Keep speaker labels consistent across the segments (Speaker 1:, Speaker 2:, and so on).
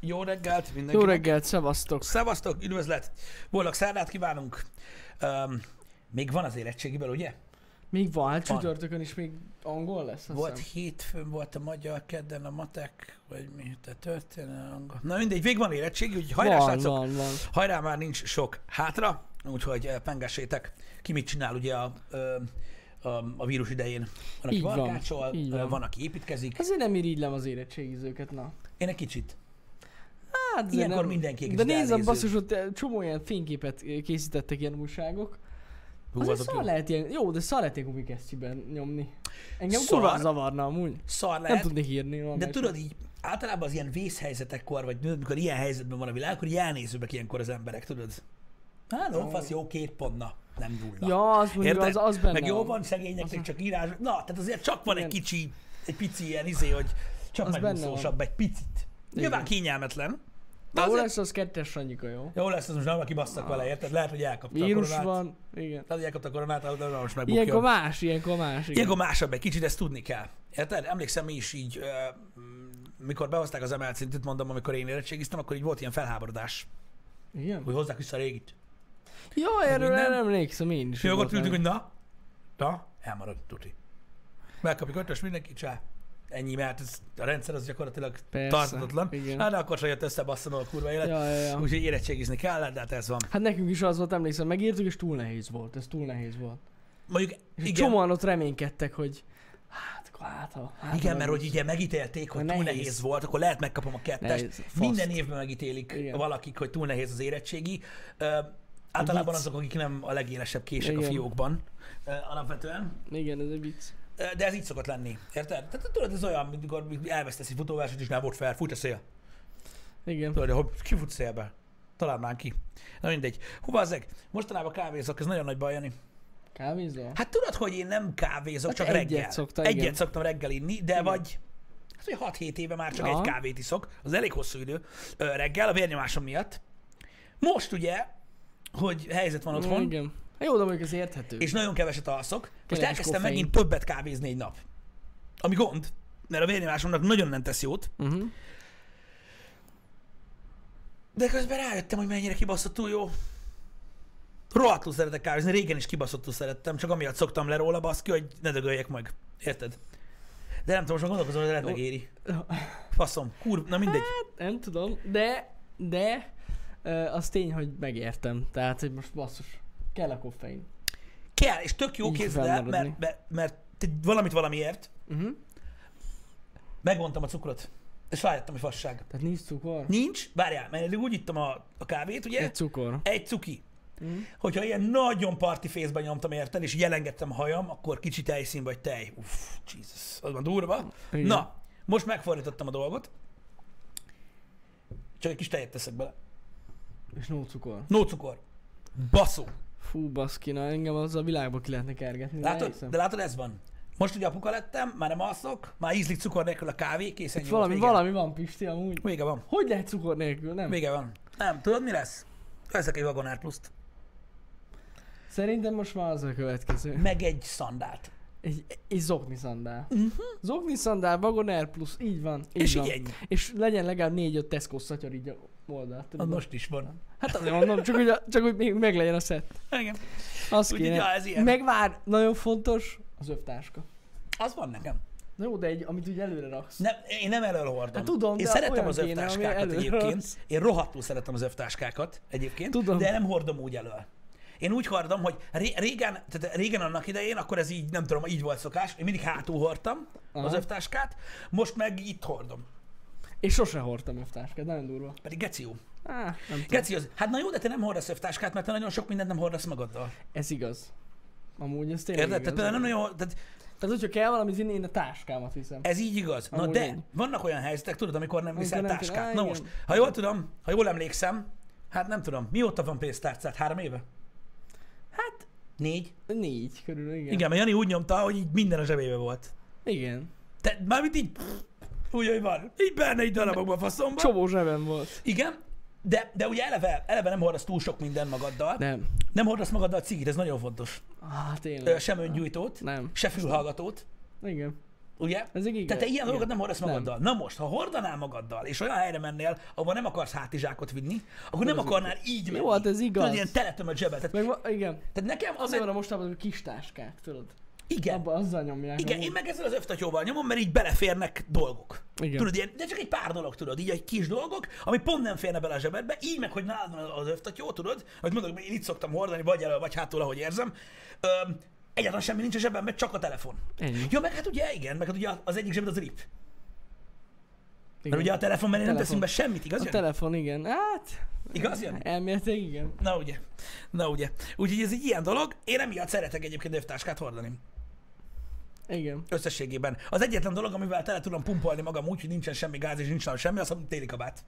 Speaker 1: Jó reggelt
Speaker 2: Jó
Speaker 1: mindenkinek.
Speaker 2: reggelt, szevasztok.
Speaker 1: Szevasztok, üdvözlet. Boldog szerdát kívánunk. Um, még van az érettségiből, ugye?
Speaker 2: Még van, hát
Speaker 1: Van.
Speaker 2: csütörtökön is még angol lesz, azt
Speaker 1: Volt
Speaker 2: hiszem.
Speaker 1: hétfőn, volt a magyar, kedden a matek, vagy mi, te történelem. angol. Na mindegy, még van érettségi, úgyhogy hajrá,
Speaker 2: van,
Speaker 1: srácok!
Speaker 2: van, van.
Speaker 1: Hajrá, már nincs sok hátra, úgyhogy eh, pengesétek. Ki mit csinál ugye a, ö, a, a vírus idején? Van, aki
Speaker 2: Így van,
Speaker 1: varkácsol,
Speaker 2: így
Speaker 1: ö,
Speaker 2: van.
Speaker 1: van, aki építkezik.
Speaker 2: Azért nem irigylem az érettségizőket, na.
Speaker 1: Én egy kicsit.
Speaker 2: Hát azért
Speaker 1: Ilyenkor
Speaker 2: nem...
Speaker 1: mindenki egy
Speaker 2: De
Speaker 1: kicsit
Speaker 2: nézd,
Speaker 1: elnéző.
Speaker 2: basszus, ott eh, csomó ilyen fényképet eh, készítettek ilyen újságok.
Speaker 1: Hú,
Speaker 2: Azért
Speaker 1: azok
Speaker 2: szar
Speaker 1: jó.
Speaker 2: lehet ilyen, jó, de szar lehet ilyen gumikesztyűben nyomni. Engem
Speaker 1: Szar.
Speaker 2: kurva zavarna amúgy.
Speaker 1: Szar
Speaker 2: Nem
Speaker 1: lehet,
Speaker 2: tudnék írni
Speaker 1: de
Speaker 2: valamelyik.
Speaker 1: tudod így, általában az ilyen vészhelyzetekkor, vagy tudod, mikor ilyen helyzetben van a világ, akkor így elnézőbbek ilyenkor az emberek, tudod? Hát, no, fasz, jó, két ponna, nem nulla.
Speaker 2: Ja, az mondjuk,
Speaker 1: Érted?
Speaker 2: az, az benne
Speaker 1: Meg jó van szegényeknek, csak írás. Na, tehát azért csak van egy
Speaker 2: Igen.
Speaker 1: kicsi, egy pici ilyen izé, hogy csak
Speaker 2: Az benne
Speaker 1: megúszósabb egy picit. Nyilván kényelmetlen. De
Speaker 2: Na, jó
Speaker 1: azért
Speaker 2: lesz az kettes anyika, jó?
Speaker 1: jó lesz, az most nem, aki basszak vele, érted? Lehet, hogy elkapta a
Speaker 2: Vírus
Speaker 1: koronát. Lehet,
Speaker 2: van, igen.
Speaker 1: hogy elkapta a koronát, de most megbukjon.
Speaker 2: Ilyenkor más, ilyenkor más, igen.
Speaker 1: Ilyenkor másabb egy kicsit, ezt tudni kell. Érted? Emlékszem mi is így, ö, m, mikor behozták az emelt szintet, mondom, amikor én érettségiztem, akkor így volt ilyen felháborodás,
Speaker 2: Igen?
Speaker 1: hogy hozzák vissza a régit.
Speaker 2: Jó, erről
Speaker 1: minden.
Speaker 2: nem emlékszem én is.
Speaker 1: És akkor ott
Speaker 2: voltam.
Speaker 1: ültünk, hogy na, na, elmarad tuti. Megkapjuk ötös mindenki, csá. Ennyi, mert ez, a rendszer az gyakorlatilag
Speaker 2: Persze,
Speaker 1: tartatatlan.
Speaker 2: igen.
Speaker 1: Hát de akkor sem jött össze basszanul a kurva élet.
Speaker 2: Ja, ja, ja.
Speaker 1: Úgyhogy érettségizni kell, de hát ez van.
Speaker 2: Hát nekünk is az volt, emlékszem, megírtuk, és túl nehéz volt, ez túl nehéz volt.
Speaker 1: Mondjuk,
Speaker 2: És
Speaker 1: igen,
Speaker 2: csomóan ott reménykedtek, hogy hát, akkor hát, ha, hát
Speaker 1: igen
Speaker 2: ha
Speaker 1: mert
Speaker 2: nem
Speaker 1: hogy ugye megítélték, hogy túl
Speaker 2: Nehéz.
Speaker 1: nehéz volt, akkor lehet megkapom a kettest.
Speaker 2: Nehéz, faszt.
Speaker 1: Minden évben megítélik
Speaker 2: Igen.
Speaker 1: valakik, hogy túl nehéz az érettségi. Ö, általában
Speaker 2: vicc.
Speaker 1: azok, akik nem a legélesebb kések a
Speaker 2: Igen.
Speaker 1: fiókban ö, alapvetően.
Speaker 2: lesz. Igen, ez egy vicc.
Speaker 1: Ö, De ez így szokott lenni, érted? Tehát hát tudod, ez olyan, mint amikor elvesztesz egy futóversenyt, és nem volt fel, fut a szél.
Speaker 2: Igen.
Speaker 1: Tudod, hogy ki fut szélbe? Találnánk ki. Na mindegy. Hova ezek? Mostanában kávézok, ez nagyon nagy baj, Jani.
Speaker 2: Kávézol?
Speaker 1: Hát tudod, hogy én nem kávézok,
Speaker 2: Hát
Speaker 1: csak
Speaker 2: egyet
Speaker 1: reggel.
Speaker 2: szokta,
Speaker 1: egyet
Speaker 2: igen.
Speaker 1: szoktam reggel inni, de vagy hát, hogy 6-7 éve már csak
Speaker 2: Aha.
Speaker 1: egy kávét iszok, az elég hosszú idő ö, reggel, a vérnyomásom miatt. Most ugye, hogy helyzet van otthon, igen.
Speaker 2: Igen. Hát Jó, de mondjuk ez érthető.
Speaker 1: és nagyon keveset alszok, most
Speaker 2: Kellemes
Speaker 1: elkezdtem
Speaker 2: koffein.
Speaker 1: megint többet kávézni egy nap. Ami gond, mert a vérnyomásomnak nagyon nem tesz jót,
Speaker 2: Uh-huh.
Speaker 1: De közben rájöttem, hogy mennyire kibaszottul jó. Rohadtul szeretek kávézni, régen is kibaszottul szerettem, csak amiatt szoktam le róla baszki, hogy ne dögöljek meg. Érted? De nem tudom, most már gondolkozom, hogy lehet
Speaker 2: Jó.
Speaker 1: megéri. Faszom, kurv, na mindegy.
Speaker 2: Nem tudom, de, de ö, az tény, hogy megértem. Tehát, hogy most basszus, kell a koffein.
Speaker 1: Kell, és tök jó
Speaker 2: Így
Speaker 1: képzeld el,
Speaker 2: felmaradni.
Speaker 1: mert, mert, mert te valamit valamiért.
Speaker 2: Uh-huh.
Speaker 1: Megmondtam a cukrot, és rájöttem, hogy fasság.
Speaker 2: Tehát nincs cukor?
Speaker 1: Nincs, várjál, mert eddig úgy ittam a, a kávét, ugye?
Speaker 2: Egy cukor.
Speaker 1: egy cuki. Mm.
Speaker 2: Mhm.
Speaker 1: Hogyha ilyen nagyon parti fészben nyomtam érted, és jelengettem a hajam, akkor kicsi tejszín vagy tej. Uff, Jesus, az van durva.
Speaker 2: Igen.
Speaker 1: Na, most megfordítottam a dolgot. Csak egy kis tejet teszek bele.
Speaker 2: És no cukor.
Speaker 1: No cukor. Baszó.
Speaker 2: Fú, baszki, na engem az a világba ki lehetne kergetni. de
Speaker 1: Látod?
Speaker 2: elhiszem.
Speaker 1: De látod, ez van. Most ugye apuka lettem, már nem alszok, már ízlik cukor nélkül a kávé, készen
Speaker 2: Itt
Speaker 1: nyugodt,
Speaker 2: valami,
Speaker 1: vége.
Speaker 2: valami van, Pisti, amúgy.
Speaker 1: Vége van.
Speaker 2: Hogy lehet cukor nélkül, nem?
Speaker 1: Vége van. Nem, tudod mi lesz? Veszek egy vagonár pluszt.
Speaker 2: Szerintem most már az a következő.
Speaker 1: Meg egy szandát.
Speaker 2: Egy, egy zokni szandál. Uh-huh. Zokni szandál, Vagon Air Plus, így van. Így
Speaker 1: Mhm. És
Speaker 2: van.
Speaker 1: így ennyi.
Speaker 2: És legyen legalább négy-öt Tesco szatyor így a oldalt.
Speaker 1: Az
Speaker 2: Tudod?
Speaker 1: most is van.
Speaker 2: Hát azért mondom, csak hogy, a, csak hogy még meg legyen a szett.
Speaker 1: Igen.
Speaker 2: Az
Speaker 1: Úgyhogy,
Speaker 2: kéne.
Speaker 1: ja, ez ilyen.
Speaker 2: Meg vár, nagyon fontos, az övtáska.
Speaker 1: Az van nekem.
Speaker 2: Na jó, de egy, amit úgy előre raksz.
Speaker 1: Nem, én nem elől hordom.
Speaker 2: Hát tudom,
Speaker 1: én
Speaker 2: de
Speaker 1: szeretem
Speaker 2: olyan
Speaker 1: az
Speaker 2: kéne, ami
Speaker 1: övtáskákat
Speaker 2: elől
Speaker 1: egyébként.
Speaker 2: rossz.
Speaker 1: Én rohadtul szeretem az övtáskákat egyébként,
Speaker 2: Tudom.
Speaker 1: de nem hordom úgy elől. Én úgy hordom, hogy ré- régen, tehát régen annak idején, akkor ez így, nem tudom, így volt szokás, én mindig hátul hordtam az
Speaker 2: Aha.
Speaker 1: övtáskát, most meg itt hordom.
Speaker 2: És sose hordtam övtáskát, nagyon durva.
Speaker 1: Pedig geci jó.
Speaker 2: Á, nem tudom.
Speaker 1: Geci az, hát na jó, de te nem hordasz övtáskát, mert te nagyon sok mindent nem hordasz magaddal.
Speaker 2: Ez igaz. Amúgy ez tényleg
Speaker 1: Érted? Tehát például
Speaker 2: igaz.
Speaker 1: nem nagyon, tehát
Speaker 2: Tehát, hogyha kell valamit vinni, én a táskámat viszem.
Speaker 1: Ez így igaz. Na
Speaker 2: Amúgy
Speaker 1: de
Speaker 2: így.
Speaker 1: vannak olyan helyzetek, tudod, amikor nem viszel
Speaker 2: Amikor nem kell-
Speaker 1: táskát.
Speaker 2: Á,
Speaker 1: Na
Speaker 2: igen.
Speaker 1: most, ha jól tudom, ha jól emlékszem, hát nem tudom, mióta van pénztárcát? Három éve?
Speaker 2: Hát,
Speaker 1: Négy?
Speaker 2: négy körül, igen.
Speaker 1: Igen, mert Jani úgy nyomta, hogy így minden a zsebébe volt.
Speaker 2: Igen.
Speaker 1: Te, mármint így, pff, úgy, hogy van. Így benne így darabokban faszomban.
Speaker 2: Csomó zsebem volt.
Speaker 1: Igen, de, de ugye eleve, eleve nem hordasz túl sok minden magaddal. Nem,
Speaker 2: Nem.
Speaker 1: nem hordasz magaddal cigit, ez nagyon fontos.
Speaker 2: Ah,
Speaker 1: Ö,
Speaker 2: tényleg.
Speaker 1: Sem öngyújtót,
Speaker 2: Nem.
Speaker 1: se fülhallgatót.
Speaker 2: Igen.
Speaker 1: Ugye?
Speaker 2: Ez egy igaz.
Speaker 1: Tehát te ilyen
Speaker 2: Igen.
Speaker 1: dolgokat nem hordasz
Speaker 2: Nem.
Speaker 1: magaddal. Na most, ha hordanál magaddal, és olyan helyre mennél, ahol nem akarsz hátizsákot vinni, akkor nem akarnál így menni.
Speaker 2: hát ez igaz.
Speaker 1: Tudod, ilyen teletömött zsebet. Tehát,
Speaker 2: Meg, va- igen.
Speaker 1: tehát nekem az,
Speaker 2: Azért van a mostában a kis táskák, tudod?
Speaker 1: igen,
Speaker 2: Abba azzal nyomják.
Speaker 1: igen, én meg ezzel az öftatyóval nyomom, mert így beleférnek dolgok.
Speaker 2: Igen.
Speaker 1: Tudod, ilyen, de csak egy pár dolog, tudod, így egy kis dolgok, ami pont nem férne bele a zsebedbe, így meg, hogy nálad van az öftatyó, tudod, hogy mondok, én itt szoktam hordani, vagy elő, vagy hátul, ahogy érzem. Öm, egyáltalán semmi nincs a zsebemben, csak a telefon.
Speaker 2: Ennyi.
Speaker 1: Ja, meg hát ugye igen, meg hát ugye az egyik zsebed az rip.
Speaker 2: igen.
Speaker 1: Mert ugye a telefon mellé nem teszünk
Speaker 2: Telefon.
Speaker 1: be semmit, igaz?
Speaker 2: a
Speaker 1: Jani?
Speaker 2: telefon, igen. Hát,
Speaker 1: Igaz, Jani?
Speaker 2: elméletileg igen.
Speaker 1: Na ugye. Na ugye. Úgyhogy ez egy ilyen dolog. Én emiatt szeretek egyébként övtáskát hordani.
Speaker 2: Igen.
Speaker 1: Összességében. Az egyetlen dolog, amivel tele tudom pumpolni magam úgy, hogy nincsen semmi gáz és nincs nálam semmi, az a téli kabát.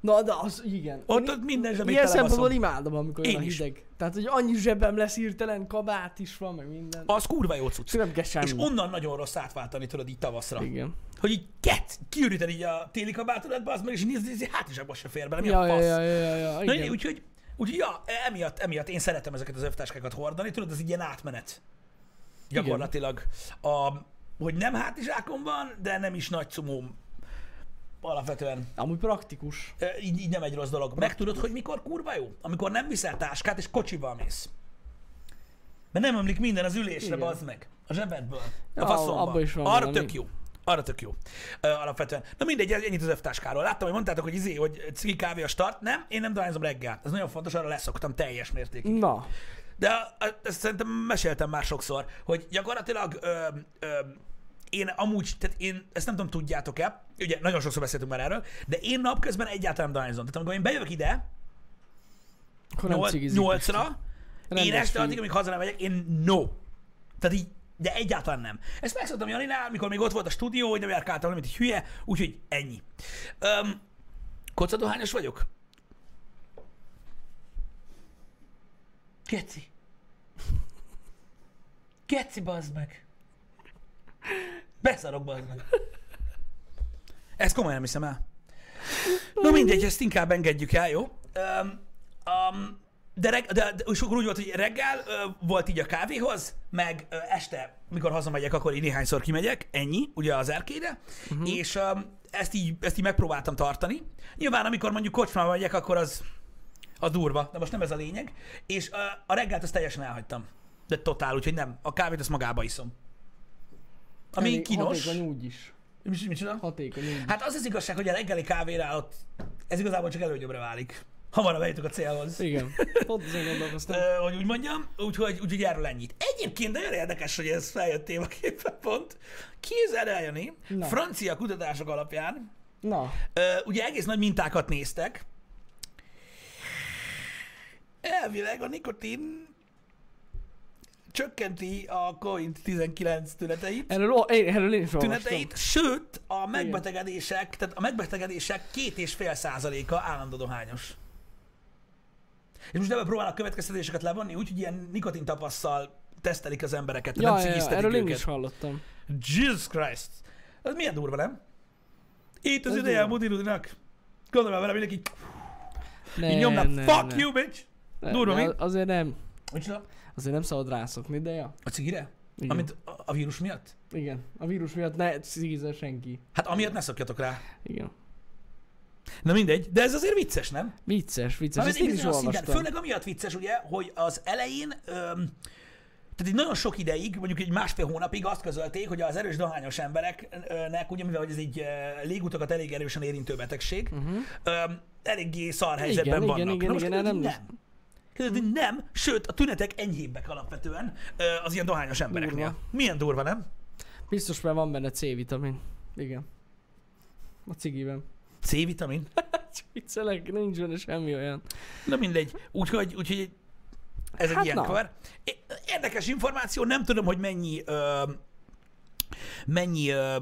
Speaker 2: Na, de az igen.
Speaker 1: Ott,
Speaker 2: Én-
Speaker 1: ott minden zsebét
Speaker 2: Ilyen szempontból
Speaker 1: telebaszom.
Speaker 2: imádom, amikor
Speaker 1: Én
Speaker 2: olyan
Speaker 1: is.
Speaker 2: hideg. Tehát, hogy annyi zsebem lesz írtelen, kabát is van, meg minden.
Speaker 1: Az kurva jó cucc.
Speaker 2: Csak nem kell semmi.
Speaker 1: És onnan nagyon rossz átváltani, tudod, így tavaszra.
Speaker 2: Igen.
Speaker 1: Hogy így kett, kiüríteni így a téli kabátodat, az meg, és így nézd, nézd, hát is abban se fér bele, mi
Speaker 2: Ja,
Speaker 1: a
Speaker 2: ja,
Speaker 1: fasz.
Speaker 2: ja, ja, ja,
Speaker 1: Na,
Speaker 2: igen.
Speaker 1: úgyhogy, úgyhogy ja, emiatt, emiatt én szeretem ezeket az övtáskákat hordani, tudod, ez így ilyen átmenet. Gyakorlatilag. A, hogy nem hátizsákom van, de nem is nagy cumóm. Alapvetően.
Speaker 2: Amúgy praktikus.
Speaker 1: Ö, Így, így, nem egy rossz dolog. Meg tudod, hogy mikor kurva jó? Amikor nem viszel táskát, és kocsival mész. Mert nem ömlik minden az ülésre,
Speaker 2: Igen.
Speaker 1: bazd meg. A zsebedből. A
Speaker 2: Ja,
Speaker 1: faszomba.
Speaker 2: abba is van
Speaker 1: Arra
Speaker 2: valami.
Speaker 1: tök jó. Arra tök jó. Ö, alapvetően. Na mindegy, ez- ennyit az öftáskáról. Láttam, hogy mondtátok, hogy izé, hogy cigi kávé a start. Nem, én nem dohányzom reggel. Ez nagyon fontos, arra leszoktam teljes mértékig.
Speaker 2: Na,
Speaker 1: De a- a- ezt szerintem meséltem már sokszor, hogy gyakorlatilag ö, ö, én amúgy, tehát én ezt nem tudom, tudjátok-e, ugye nagyon sokszor beszéltünk már erről, de én napközben egyáltalán nem dohányzom. Tehát amikor én bejövök ide,
Speaker 2: akkor nem
Speaker 1: nyol-
Speaker 2: cigizik.
Speaker 1: nyolcra, én
Speaker 2: Rendes
Speaker 1: este
Speaker 2: fiú.
Speaker 1: addig, amíg haza nem megyek, én no. Tehát így, de egyáltalán nem. Ezt megszoktam Janinál, mikor még ott volt a stúdió, hogy nem járkáltam, mint egy hülye, úgyhogy ennyi. Öm, kocadohányos vagyok? Keci. Keci, bazd meg. Beszarok, bazd meg. Ezt komolyan nem hiszem el. Na mindegy, ezt inkább engedjük el, jó? Um, um, de, reg, de, de és akkor úgy volt, hogy reggel uh, volt így a kávéhoz, meg uh, este, mikor hazamegyek, akkor így néhányszor kimegyek, ennyi, ugye az erkére, uh-huh. és um, ezt, így, ezt így megpróbáltam tartani. Nyilván, amikor mondjuk kocsmába megyek, akkor az, az durva, de most nem ez a lényeg. És uh, a reggelt azt teljesen elhagytam. De totál, úgyhogy nem. A kávét azt magába iszom. Ami
Speaker 2: Elég
Speaker 1: kínos.
Speaker 2: Hatékony úgy is.
Speaker 1: Mi, micsoda?
Speaker 2: Hatékony úgy.
Speaker 1: Hát az az igazság, hogy a reggeli kávére ott ez igazából csak előnyöbbre válik. Hamarabb eljutok a célhoz.
Speaker 2: Igen. Pontosan gondolkoztam.
Speaker 1: Ö, hogy úgy mondjam, úgyhogy, úgyhogy erről ennyit. Egyébként nagyon érdekes, hogy ez feljött témaképpen pont. Kézzel eljönni,
Speaker 2: Na.
Speaker 1: francia kutatások alapján,
Speaker 2: Na,
Speaker 1: ö, ugye egész nagy mintákat néztek. Elvileg a nikotin csökkenti a COVID-19 tüneteit
Speaker 2: erről, ó, én, erről én is olvastam.
Speaker 1: tüneteit, sőt, a megbetegedések, tehát a megbetegedések két és fél százaléka állandó dohányos. És most ebben próbálnak következtetéseket levonni, úgyhogy ilyen nikotintapasszal tesztelik az embereket,
Speaker 2: Ja,
Speaker 1: nem
Speaker 2: ja, ja,
Speaker 1: cigiztetik
Speaker 2: erről én
Speaker 1: őket.
Speaker 2: is hallottam.
Speaker 1: Jesus Christ! Ez milyen durva, nem? Itt az
Speaker 2: Ez
Speaker 1: ideje a
Speaker 2: durva.
Speaker 1: mudirudinak. Gondolom vele mindenki,
Speaker 2: Ne,
Speaker 1: így nyomnak, fuck you, bitch!
Speaker 2: ne,
Speaker 1: Durva,
Speaker 2: ne,
Speaker 1: mi?
Speaker 2: Azért nem,
Speaker 1: Micsoda?
Speaker 2: azért nem szabad rászokni, de ja.
Speaker 1: A cigire?
Speaker 2: Igen.
Speaker 1: Amit a, a vírus miatt?
Speaker 2: Igen. A vírus miatt ne cigizzen senki.
Speaker 1: Hát amiatt ne szokjatok rá.
Speaker 2: Igen.
Speaker 1: Na mindegy, de ez azért vicces, nem?
Speaker 2: Vicces, vicces.
Speaker 1: Na,
Speaker 2: Ezt
Speaker 1: mindig
Speaker 2: én is
Speaker 1: bizonyos szinten.
Speaker 2: olvastam.
Speaker 1: Főleg amiatt vicces, ugye, hogy az elején, öm, tehát egy nagyon sok ideig, mondjuk egy másfél hónapig azt közölték, hogy az erős dohányos embereknek, ugye mivel hogy ez egy ö, légutakat elég erősen érintő betegség, uh-huh. öm, eléggé szar helyzetben
Speaker 2: Mhm. igen,
Speaker 1: vannak.
Speaker 2: igen,
Speaker 1: Na most
Speaker 2: igen,
Speaker 1: kiderült,
Speaker 2: nem
Speaker 1: hogy nem. Kiderült, hogy nem, sőt, a tünetek enyhébbek alapvetően ö, az ilyen dohányos embereknél.
Speaker 2: Durva.
Speaker 1: Milyen durva, nem?
Speaker 2: Biztos, mert van benne C-vitamin. Igen. A cigiben.
Speaker 1: C-vitamin.
Speaker 2: Csak viccelek, nincs benne semmi olyan.
Speaker 1: Na mindegy. Úgyhogy, úgyhogy ez egy
Speaker 2: Hát
Speaker 1: ilyen
Speaker 2: na.
Speaker 1: kör. É- Érdekes információ, nem tudom, hogy mennyi, ö, mennyi ö,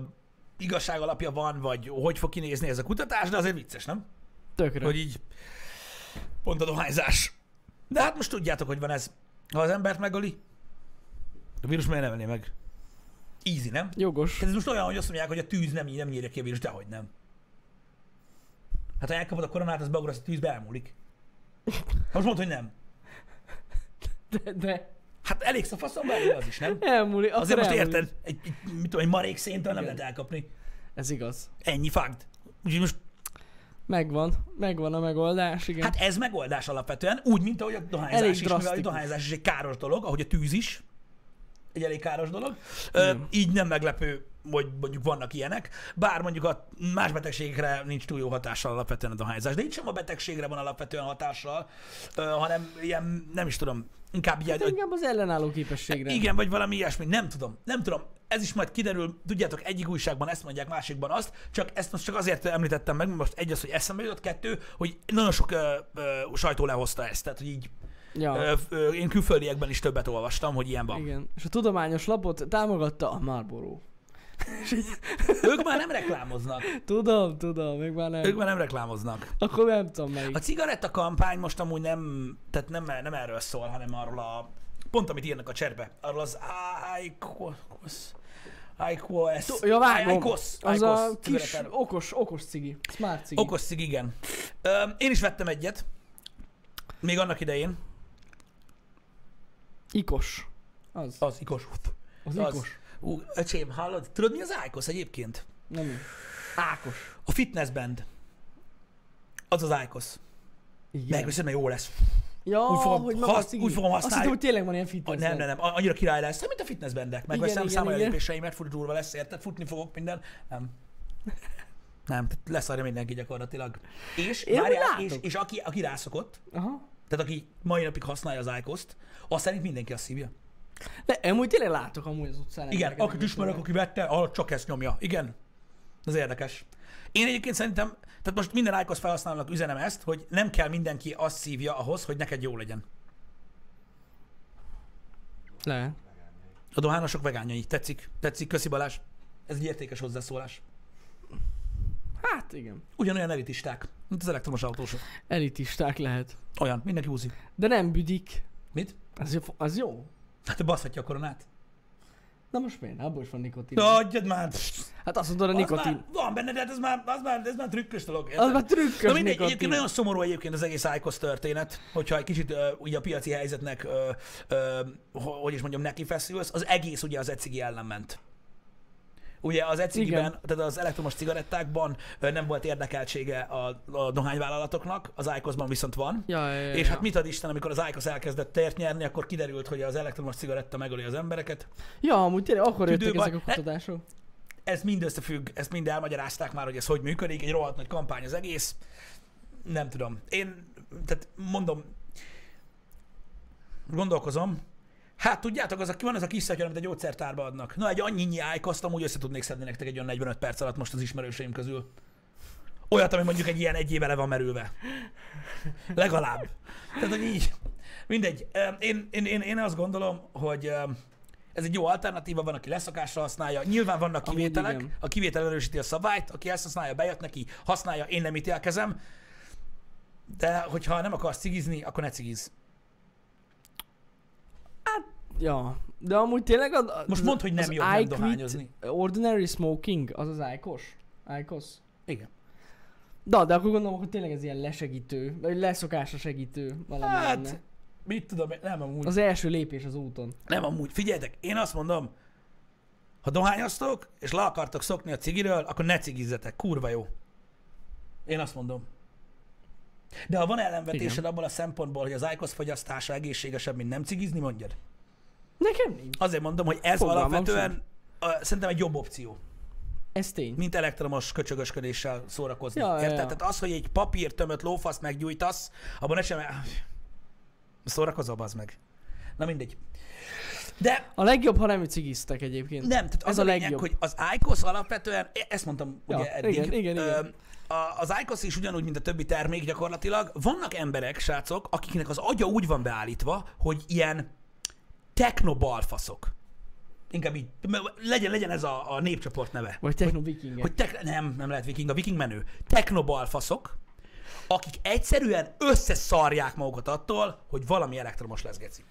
Speaker 1: igazság alapja van, vagy hogy fog kinézni ez a kutatás, de azért vicces, nem?
Speaker 2: Tökre.
Speaker 1: Hogy így pont a dohányzás. De hát most tudjátok, hogy van ez. Ha az embert megöli, a vírus miért nem ölné meg? Easy, nem?
Speaker 2: Jogos.
Speaker 1: Tehát Hát ez most olyan, hogy azt mondják, hogy a tűz nem, nem nyírja ki a vírus, dehogy nem. Hát ha elkapod a koronát, az beugrasz a tűzbe, elmúlik. Most mondd, hogy nem.
Speaker 2: De, de.
Speaker 1: Hát elég szafaszom, bár az is, nem?
Speaker 2: Elmúlik. akkor
Speaker 1: Azért most
Speaker 2: elmúlik.
Speaker 1: érted, egy, egy, mit tudom, egy marék széntől nem
Speaker 2: Igen.
Speaker 1: lehet elkapni.
Speaker 2: Ez igaz.
Speaker 1: Ennyi fakt. Úgyhogy most,
Speaker 2: Megvan. Megvan a megoldás, igen.
Speaker 1: hát ez megoldás alapvetően, úgy, mint ahogy a dohányzás
Speaker 2: Elég
Speaker 1: is, mivel a
Speaker 2: drasztikus.
Speaker 1: dohányzás is egy káros dolog, ahogy a tűz is, egy elég káros dolog. Ö,
Speaker 2: Igen.
Speaker 1: így nem meglepő, hogy mondjuk vannak ilyenek, bár mondjuk a más betegségekre nincs túl jó hatással alapvetően a dohányzás, de itt sem a betegségre van alapvetően hatással, ö, hanem ilyen, nem is tudom, inkább ilyen, hogy
Speaker 2: Hát Inkább az ellenálló képességre.
Speaker 1: Igen, vagy valami ilyesmi, nem tudom. Nem tudom, ez is majd kiderül, tudjátok, egyik újságban ezt mondják, másikban azt, csak ezt most csak azért említettem meg, mert most egy az, hogy eszembe jutott, kettő, hogy nagyon sok ö, ö, sajtó lehozta ezt, tehát hogy így
Speaker 2: Ja.
Speaker 1: ö, ö, én külföldiekben is többet olvastam, hogy ilyen van.
Speaker 2: Igen. És a tudományos lapot támogatta a Marlboro.
Speaker 1: Ők már nem reklámoznak,
Speaker 2: Tudom, tudom, még már nem.
Speaker 1: ők már Hát, nem reklámoznak.
Speaker 2: Akkor nem tudom melyik.
Speaker 1: A cigaretta kampány most amúgy nem, tehát nem, nem erről szól, hanem arról a, pont amit írnak a cserbe, arról az IQOS, IQOS,
Speaker 2: Ja, vágom.
Speaker 1: IQOS,
Speaker 2: Az a
Speaker 1: IQOS
Speaker 2: kis,
Speaker 1: cigarettáról.
Speaker 2: okos, okos cigi. Smart cigi.
Speaker 1: Okos cig, igen. Ö, én is vettem egyet. Még annak idején.
Speaker 2: Ikos. Az.
Speaker 1: Az ikos.
Speaker 2: Az,
Speaker 1: Az.
Speaker 2: ikos.
Speaker 1: Ú, öcsém, hallod? Tudod, mi az IQOS egyébként?
Speaker 2: Nem is. Ákos.
Speaker 1: A fitness band. Az az IQOS.
Speaker 2: Igen.
Speaker 1: Megveszem, mert jó lesz.
Speaker 2: Ja,
Speaker 1: Úgy fogom
Speaker 2: hogy maga a
Speaker 1: hasz-
Speaker 2: cigi.
Speaker 1: úgy fogom
Speaker 2: Azt hittem,
Speaker 1: használni.
Speaker 2: hogy tényleg van ilyen fitness.
Speaker 1: Ah, nem, nem, nem, a- annyira király lesz, mint a fitness bandek. Megveszem,
Speaker 2: igen,
Speaker 1: számolja
Speaker 2: igen.
Speaker 1: lépéseimet, furcsa durva lesz, érted? Futni fogok minden. Nem. Nem, tehát lesz arra mindenki gyakorlatilag. És,
Speaker 2: Én
Speaker 1: várjál,
Speaker 2: úgy
Speaker 1: és,
Speaker 2: látok.
Speaker 1: és aki, aki rászokott,
Speaker 2: Aha.
Speaker 1: tehát aki mai napig használja az IQOS-t, azt szerint mindenki azt szívja.
Speaker 2: De amúgy tényleg látok amúgy az utcán.
Speaker 1: Igen,
Speaker 2: embereket,
Speaker 1: akit ismerek, aki vette, arra csak ezt nyomja. Igen. Ez érdekes. Én egyébként szerintem, tehát most minden IQOS felhasználónak üzenem ezt, hogy nem kell mindenki azt szívja ahhoz, hogy neked jó legyen.
Speaker 2: Le.
Speaker 1: A dohányosok vegányai. Tetszik, tetszik, köszi Balázs. Ez egy értékes hozzászólás.
Speaker 2: Hát igen.
Speaker 1: Ugyanolyan elitisták, mint az elektromos autósok.
Speaker 2: Elitisták lehet.
Speaker 1: Olyan, mindenki húzi.
Speaker 2: De nem büdik.
Speaker 1: Mit?
Speaker 2: Az, jó- az jó.
Speaker 1: Hát te baszhatja a koronát.
Speaker 2: Na most miért? Abból is van nikotin.
Speaker 1: Ja, adjad már! Pff,
Speaker 2: Hát azt mondod a
Speaker 1: Az
Speaker 2: nikotin.
Speaker 1: már van benne, de hát ez már, az már, ez már trükkös dolog.
Speaker 2: Az
Speaker 1: érted?
Speaker 2: már
Speaker 1: Na
Speaker 2: trükkös
Speaker 1: mindegy, egyébként
Speaker 2: nikotin.
Speaker 1: nagyon szomorú egyébként az egész IQOS történet, hogyha egy kicsit uh, ugye a piaci helyzetnek, uh, uh, hogy is mondjam, neki feszülsz, az egész ugye az ecigi ellen ment. Ugye az ecigiben,
Speaker 2: Igen.
Speaker 1: tehát az elektromos cigarettákban ö, nem volt érdekeltsége a, a dohányvállalatoknak, az IQOS-ban viszont van.
Speaker 2: Ja, ja, ja,
Speaker 1: És
Speaker 2: ja.
Speaker 1: hát mit ad Isten, amikor az IQOS elkezdett tért nyerni, akkor kiderült, hogy az elektromos cigaretta megöli az embereket.
Speaker 2: Ja, amúgy tényleg akkor jöttek
Speaker 1: Tüdőbaj-
Speaker 2: ezek a kutatások.
Speaker 1: E- Ez mind összefügg, ezt mind elmagyarázták már, hogy ez hogy működik, egy rohadt nagy kampány az egész. Nem tudom. Én, tehát mondom, gondolkozom, Hát tudjátok, az a, van az a kis szatyor, amit a gyógyszertárba adnak. Na, egy annyi ájkaszt amúgy össze tudnék szedni nektek egy olyan 45 perc alatt most az ismerőseim közül. Olyat, ami mondjuk egy ilyen egy éve le van merülve. Legalább. Tehát, hogy így. Mindegy. Öm, Én, én, én, én azt gondolom, hogy öm, ez egy jó alternatíva, van, aki leszakásra használja. Nyilván vannak
Speaker 2: Amúgy
Speaker 1: kivételek,
Speaker 2: igen.
Speaker 1: a kivétel erősíti a szabályt, aki ezt használja, bejött neki, használja, én nem ítélkezem. De hogyha nem akarsz cigizni, akkor ne cigiz.
Speaker 2: Ja. De amúgy tényleg az, az-
Speaker 1: Most mondd, hogy nem
Speaker 2: az
Speaker 1: jobb nem
Speaker 2: I quit
Speaker 1: dohányozni.
Speaker 2: Ordinary smoking, az az ájkos. Ájkos.
Speaker 1: Igen.
Speaker 2: Da, de akkor gondolom, hogy tényleg ez ilyen lesegítő, vagy leszokásra segítő valami
Speaker 1: Hát,
Speaker 2: lenne.
Speaker 1: Mit tudom, én- nem amúgy.
Speaker 2: Az első lépés az úton.
Speaker 1: Nem amúgy. Figyeljetek, én azt mondom, ha dohányoztok, és le akartok szokni a cigiről, akkor ne cigizzetek. Kurva jó. Én azt mondom. De ha van ellenvetésed
Speaker 2: Igen.
Speaker 1: abból a szempontból, hogy az IQOS fogyasztása egészségesebb, mint nem cigizni, mondjad.
Speaker 2: Nekem nincs.
Speaker 1: Azért mondom, hogy ez
Speaker 2: Fogalmam
Speaker 1: alapvetően a, szerintem egy jobb opció,
Speaker 2: Ez tény.
Speaker 1: mint elektromos köcsögösködéssel szórakozni.
Speaker 2: Ja, ja,
Speaker 1: Érted?
Speaker 2: ja.
Speaker 1: Tehát az, hogy egy papír tömött lófaszt meggyújtasz, abban ne sem... Szórakozol, az meg. Na mindegy. De
Speaker 2: A legjobb, ha nem cigiztek egyébként.
Speaker 1: Nem, tehát az
Speaker 2: Ez
Speaker 1: a,
Speaker 2: a
Speaker 1: lényeg,
Speaker 2: legjobb.
Speaker 1: hogy az IQOS alapvetően, e- ezt mondtam
Speaker 2: Ja,
Speaker 1: ugye eddig,
Speaker 2: igen, igen,
Speaker 1: ö,
Speaker 2: igen.
Speaker 1: a- az IQOS is ugyanúgy, mint a többi termék gyakorlatilag. Vannak emberek, srácok, akiknek az agya úgy van beállítva, hogy ilyen technobalfaszok. Inkább így, m- legyen, legyen ez a, a népcsoport neve.
Speaker 2: Vagy technoviking.
Speaker 1: Hogy tek- nem, nem lehet viking, a viking menő. Technobalfaszok, akik egyszerűen összeszarják magukat attól, hogy valami elektromos lesz, geci.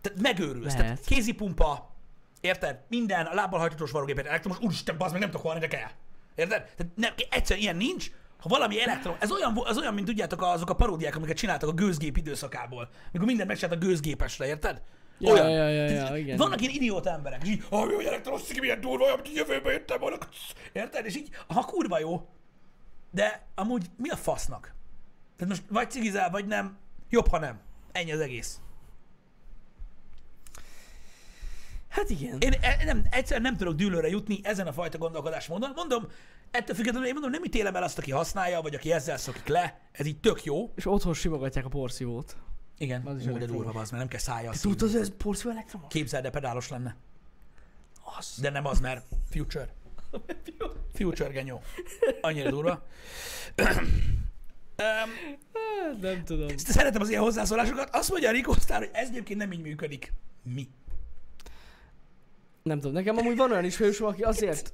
Speaker 1: Tehát megőrülsz.
Speaker 2: Lehet.
Speaker 1: Tehát kézipumpa, érted? Minden a lábbal hajtatós varrógépet elektromos, úristen, bazd meg, nem tudok halni, de kell. Érted? Tehát nem, egyszerűen ilyen nincs, ha valami elektromos, ez olyan, vo- az olyan, mint tudjátok, azok a paródiák, amiket csináltak a gőzgép időszakából. Mikor mindent megcsinált a gőzgépesre, érted?
Speaker 2: Ja,
Speaker 1: Olyan.
Speaker 2: ja, ja, ja, igen.
Speaker 1: Vannak ilyen idióta emberek, és így, ah, jó gyerek, te rossz, milyen durva, olyan, mint a jövőbe jöttem volna. Érted? És így, ha kurva jó, de amúgy mi a fasznak? Tehát most vagy cigizel, vagy nem, jobb, ha nem. Ennyi az egész.
Speaker 2: Hát igen.
Speaker 1: Én e- nem, egyszerűen nem tudok dűlőre jutni ezen a fajta gondolkodásmódon. Mondom, ettől függetlenül én mondom, nem ítélem el azt, aki használja, vagy aki ezzel szokik le. Ez így tök jó.
Speaker 2: És otthon simogatják a porszívót.
Speaker 1: Igen,
Speaker 2: Az
Speaker 1: az
Speaker 2: is
Speaker 1: is de
Speaker 2: elektromos.
Speaker 1: durva az, mert nem kell szája a
Speaker 2: Tudod, hogy ez porszívó elektromos?
Speaker 1: Képzeld, de pedálos lenne.
Speaker 2: Az.
Speaker 1: De nem az, mert future. Future genyó. Annyira durva. Öm,
Speaker 2: Hát, Nem tudom.
Speaker 1: Szeretem az ilyen hozzászólásokat. Azt mondja a Rico Sztár, hogy ez egyébként nem így működik. Mi?
Speaker 2: Nem tudom, nekem amúgy van olyan ismerősöm, aki azért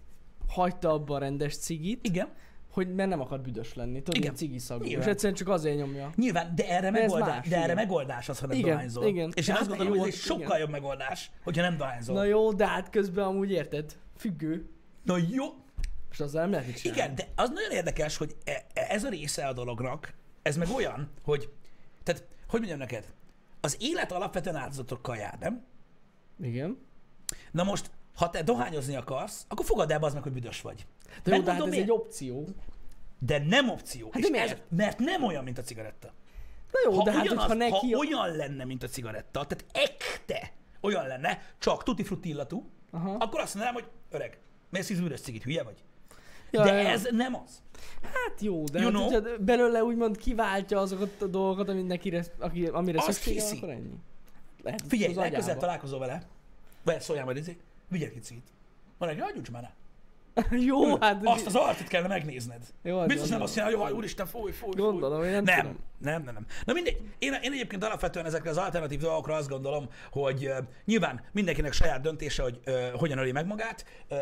Speaker 2: hagyta abba a rendes cigit,
Speaker 1: Igen.
Speaker 2: hogy mert nem akar büdös lenni. Tudod,
Speaker 1: Igen.
Speaker 2: ilyen cigi szagú. És
Speaker 1: Nyilván.
Speaker 2: egyszerűen csak azért nyomja.
Speaker 1: Nyilván, de erre,
Speaker 2: ez
Speaker 1: megoldás,
Speaker 2: más,
Speaker 1: de erre
Speaker 2: igen.
Speaker 1: megoldás az, ha nem
Speaker 2: Igen,
Speaker 1: dohányzol.
Speaker 2: igen.
Speaker 1: És én
Speaker 2: Hát
Speaker 1: azt gondolom, hogy ez egy
Speaker 2: jó,
Speaker 1: sokkal
Speaker 2: igen.
Speaker 1: jobb megoldás, hogyha nem dohányzol.
Speaker 2: Na jó, de hát közben amúgy érted? Függő.
Speaker 1: Na jó.
Speaker 2: És azzal nem lehet mit csinálni.
Speaker 1: Igen, de az nagyon érdekes, hogy e- e- ez a része a dolognak, ez meg olyan, hogy, tehát, hogy mondjam neked, az élet alapvetően áldozatokkal jár, nem?
Speaker 2: Igen.
Speaker 1: Na most, ha te dohányozni akarsz, akkor fogad el az meg, hogy büdös vagy.
Speaker 2: De jó, de
Speaker 1: Megmondom,
Speaker 2: hát ez
Speaker 1: miért.
Speaker 2: egy opció.
Speaker 1: De nem opció.
Speaker 2: Hát
Speaker 1: És
Speaker 2: de miért?
Speaker 1: Ez, mert nem olyan, mint a cigaretta.
Speaker 2: Na jó,
Speaker 1: Ha,
Speaker 2: de hát,
Speaker 1: ugyanaz,
Speaker 2: hogyha neki...
Speaker 1: ha olyan lenne, mint a cigaretta, tehát ekte olyan lenne, csak tutti frutti illatú,
Speaker 2: Aha.
Speaker 1: akkor azt mondanám, hogy öreg, miért szívsz üres cigit, hülye vagy?
Speaker 2: Ja,
Speaker 1: De
Speaker 2: ja, ja.
Speaker 1: ez nem az.
Speaker 2: Hát jó, de
Speaker 1: You
Speaker 2: hát,
Speaker 1: know?
Speaker 2: hogyha belőle úgymond kiváltja azokat a dolgokat, amit nekire, aki, amire
Speaker 1: Azt
Speaker 2: szüksége van,
Speaker 1: hiszi.
Speaker 2: akkor ennyi. Lehet,
Speaker 1: Figyelj,
Speaker 2: az agyába.
Speaker 1: legközelebb találkozol vele, vagy szóljál majd izé, vigyél ki cigit. Van egy, hagyjuk már rá.
Speaker 2: Jó, hát...
Speaker 1: Azt az arcot kellene megnézned.
Speaker 2: Jó, hát
Speaker 1: Biztos nem
Speaker 2: gondolom.
Speaker 1: azt jelenti, hogy jaj, úristen, fúj, fúj, fúj.
Speaker 2: Gondolom, én nem
Speaker 1: nem,
Speaker 2: tudom.
Speaker 1: nem, nem, nem. Na mindegy, én, én egyébként alapvetően ezekre az alternatív dolgokra azt gondolom, hogy uh, nyilván mindenkinek saját döntése, hogy uh, hogyan öli meg magát. Uh,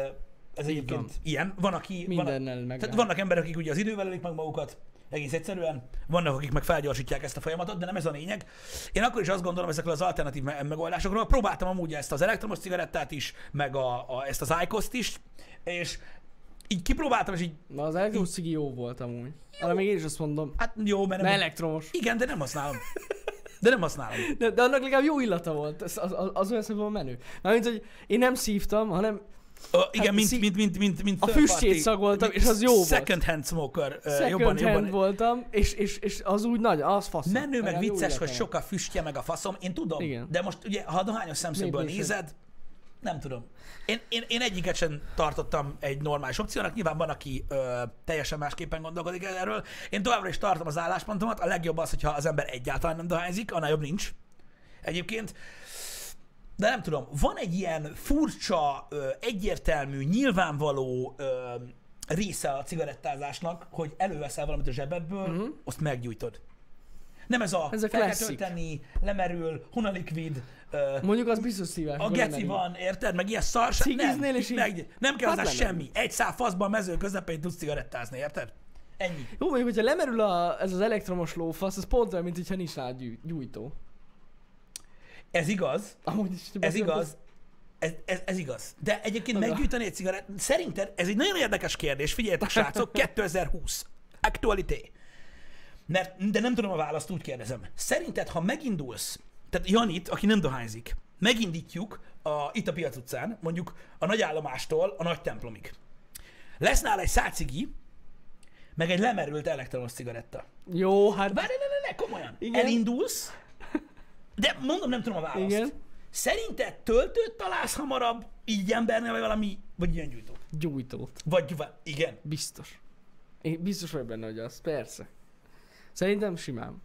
Speaker 1: ez egyébként
Speaker 2: van.
Speaker 1: ilyen. Van, aki...
Speaker 2: Mindennel
Speaker 1: van,
Speaker 2: meg
Speaker 1: tehát
Speaker 2: lehet.
Speaker 1: vannak emberek, akik ugye az idővel ölik meg magukat, egész egyszerűen. Vannak, akik meg felgyorsítják ezt a folyamatot, de nem ez a lényeg. Én akkor is azt gondolom ezekről az alternatív me- megoldásokról. Próbáltam amúgy ezt az elektromos cigarettát is, meg a, a, ezt az icos is, és így kipróbáltam, és így,
Speaker 2: Na az elektromos cigi jó volt amúgy. Arra még én is azt mondom.
Speaker 1: hát jó, mert
Speaker 2: Na
Speaker 1: nem,
Speaker 2: elektromos.
Speaker 1: igen, de nem használom. De nem használom.
Speaker 2: De, de annak legalább jó illata volt. Az, az, az- az olyan szemben menő. Mármint, hogy én nem szívtam, hanem
Speaker 1: Ö, igen,
Speaker 2: Hát
Speaker 1: mint,
Speaker 2: szi-
Speaker 1: mint, mint, mint, mint
Speaker 2: A
Speaker 1: third
Speaker 2: füstjét
Speaker 1: party-
Speaker 2: szagoltam,
Speaker 1: mint
Speaker 2: és az jó volt.
Speaker 1: Second hand smoker. ö,
Speaker 2: second
Speaker 1: jobban,
Speaker 2: hand
Speaker 1: jobban.
Speaker 2: voltam, és, és, és az úgy nagy, az fasz.
Speaker 1: Menő, meg
Speaker 2: Legalább jó
Speaker 1: vicces,
Speaker 2: illata
Speaker 1: hogy
Speaker 2: van.
Speaker 1: sok a füstje, meg a faszom. Én tudom,
Speaker 2: Igen.
Speaker 1: de most ugye, ha a dohányos szemszögből
Speaker 2: Még nincs
Speaker 1: nézed, nem tudom. Én, én, én egyiket sem tartottam egy normális opciónak. Nyilván van, aki ö, teljesen másképpen gondolkodik erről. Én továbbra is tartom az álláspontomat. A legjobb az, hogyha az ember egyáltalán nem dohányzik, annál jobb nincs. Egyébként. De nem tudom, van egy ilyen furcsa, ö, egyértelmű, nyilvánvaló ö, része a cigarettázásnak, hogy előveszel valamit a zsebedből, uh-huh. azt meggyújtod. Nem ez a,
Speaker 2: Mhm. Ez a
Speaker 1: fel kell
Speaker 2: klasszik.
Speaker 1: tölteni, lemerül, hunalikvid, ö,
Speaker 2: Mondjuk az biztos szívás.
Speaker 1: a geci van, érted? Meg ilyen szar se-
Speaker 2: Cigiznél
Speaker 1: nem,
Speaker 2: és így-
Speaker 1: meg, nem kell
Speaker 2: Hát
Speaker 1: hozzá
Speaker 2: lemerül.
Speaker 1: semmi. Egy szál faszban a mező közepén tudsz cigarettázni, érted? Ennyi.
Speaker 2: Jó, mondjuk, hogyha lemerül a, ez az elektromos lófasz, az pont olyan, mint hogyha nincs rá gyű- gyújtó.
Speaker 1: Ez igaz,
Speaker 2: Amúgy is,
Speaker 1: Ez igaz. Ez, ez, ez igaz. De egyébként
Speaker 2: Maga.
Speaker 1: meggyűjteni egy cigarett, szerinted ez egy nagyon érdekes kérdés, figyeljetek srácok, 2020, aktualité. Mert, de nem tudom a választ, úgy kérdezem. Szerinted, ha megindulsz, tehát Janit, aki nem dohányzik, megindítjuk a, itt a piac utcán, mondjuk a nagy állomástól a nagy templomig. Lesz nála egy szácigi, meg egy lemerült elektromos cigaretta.
Speaker 2: Jó, hát
Speaker 1: Várj, ne, ne, ne, komolyan.
Speaker 2: Igen.
Speaker 1: Igen. Elindulsz, de mondom, nem tudom a választ.
Speaker 2: Igen.
Speaker 1: Igen. Szerinted töltőt találsz hamarabb, így embernél, vagy valami, vagy ilyen gyújtó?
Speaker 2: gyújtót.
Speaker 1: Vagy, vagy igen.
Speaker 2: Biztos. Én biztos vagy benne, hogy az. Persze. Szerintem simán.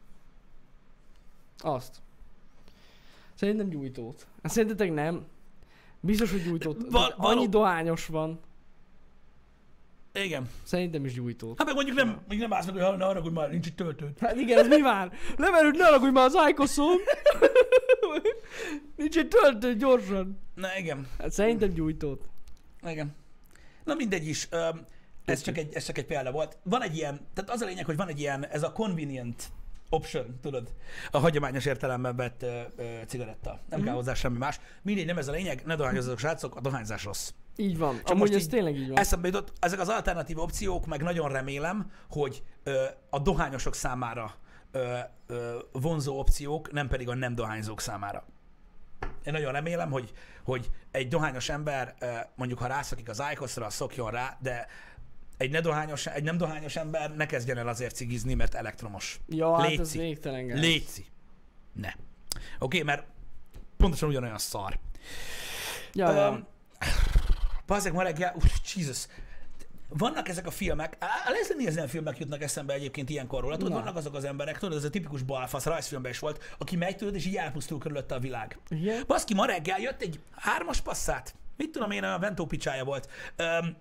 Speaker 2: Azt. Szerintem gyújtót. Hát szerintetek nem. Biztos, hogy gyújtót.
Speaker 1: Val-
Speaker 2: Val- annyi
Speaker 1: való-
Speaker 2: dohányos van.
Speaker 1: Igen.
Speaker 2: Szerintem is gyújtót.
Speaker 1: Hát meg mondjuk nem, mondjuk nem állsz meg, hogy arra, hogy már nincs itt töltőd.
Speaker 2: Hát igen, ez mi már? Lemerült, ne alakudj már az ájkoszom! Nincs egy töltő, gyorsan!
Speaker 1: Na igen,
Speaker 2: Hát szerintem gyújtót.
Speaker 1: igen. Na mindegy is, öm, ez
Speaker 2: Tudjuk.
Speaker 1: csak, egy, ez csak egy példa volt. Van egy ilyen, tehát az a lényeg, hogy van egy ilyen, ez a convenient option, tudod, a hagyományos értelemben vett ö, ö, cigaretta. Nem mm. kell hozzá semmi más. Mindegy, nem ez a lényeg, ne dohányozzatok srácok, a dohányzás rossz.
Speaker 2: Így van.
Speaker 1: most
Speaker 2: Amúgy ez
Speaker 1: így-
Speaker 2: tényleg így van.
Speaker 1: Eszembe jutott, ezek az alternatív opciók, meg nagyon remélem, hogy ö, a dohányosok számára ö, ö, vonzó opciók, nem pedig a nem dohányzók számára. Én nagyon remélem, hogy, hogy egy dohányos ember, ö, mondjuk ha rászokik az ájkoszra, szokjon rá, de egy, ne dohányos, egy nem dohányos ember ne kezdjen el azért cigizni, mert elektromos.
Speaker 2: Ja, hát ez
Speaker 1: Léci.
Speaker 2: végtelen gáz.
Speaker 1: Léci. Ne. Oké, okay, mert pontosan ugyanolyan szar.
Speaker 2: Ja,
Speaker 1: Öm,
Speaker 2: ja.
Speaker 1: Bazzeg ma reggel, uff, Jesus. Vannak ezek a filmek, á, Leslie Nielsen filmek jutnak eszembe egyébként ilyenkor róla. Tudod,
Speaker 2: Na.
Speaker 1: vannak azok az emberek, tudod, ez a tipikus balfasz, rajzfilmben is volt, aki megy tőled, és így elpusztul körülötte a világ.
Speaker 2: Igen?
Speaker 1: Baszki, ma reggel jött egy hármas passzát. Mit tudom én, olyan ventó picsája volt. Öm,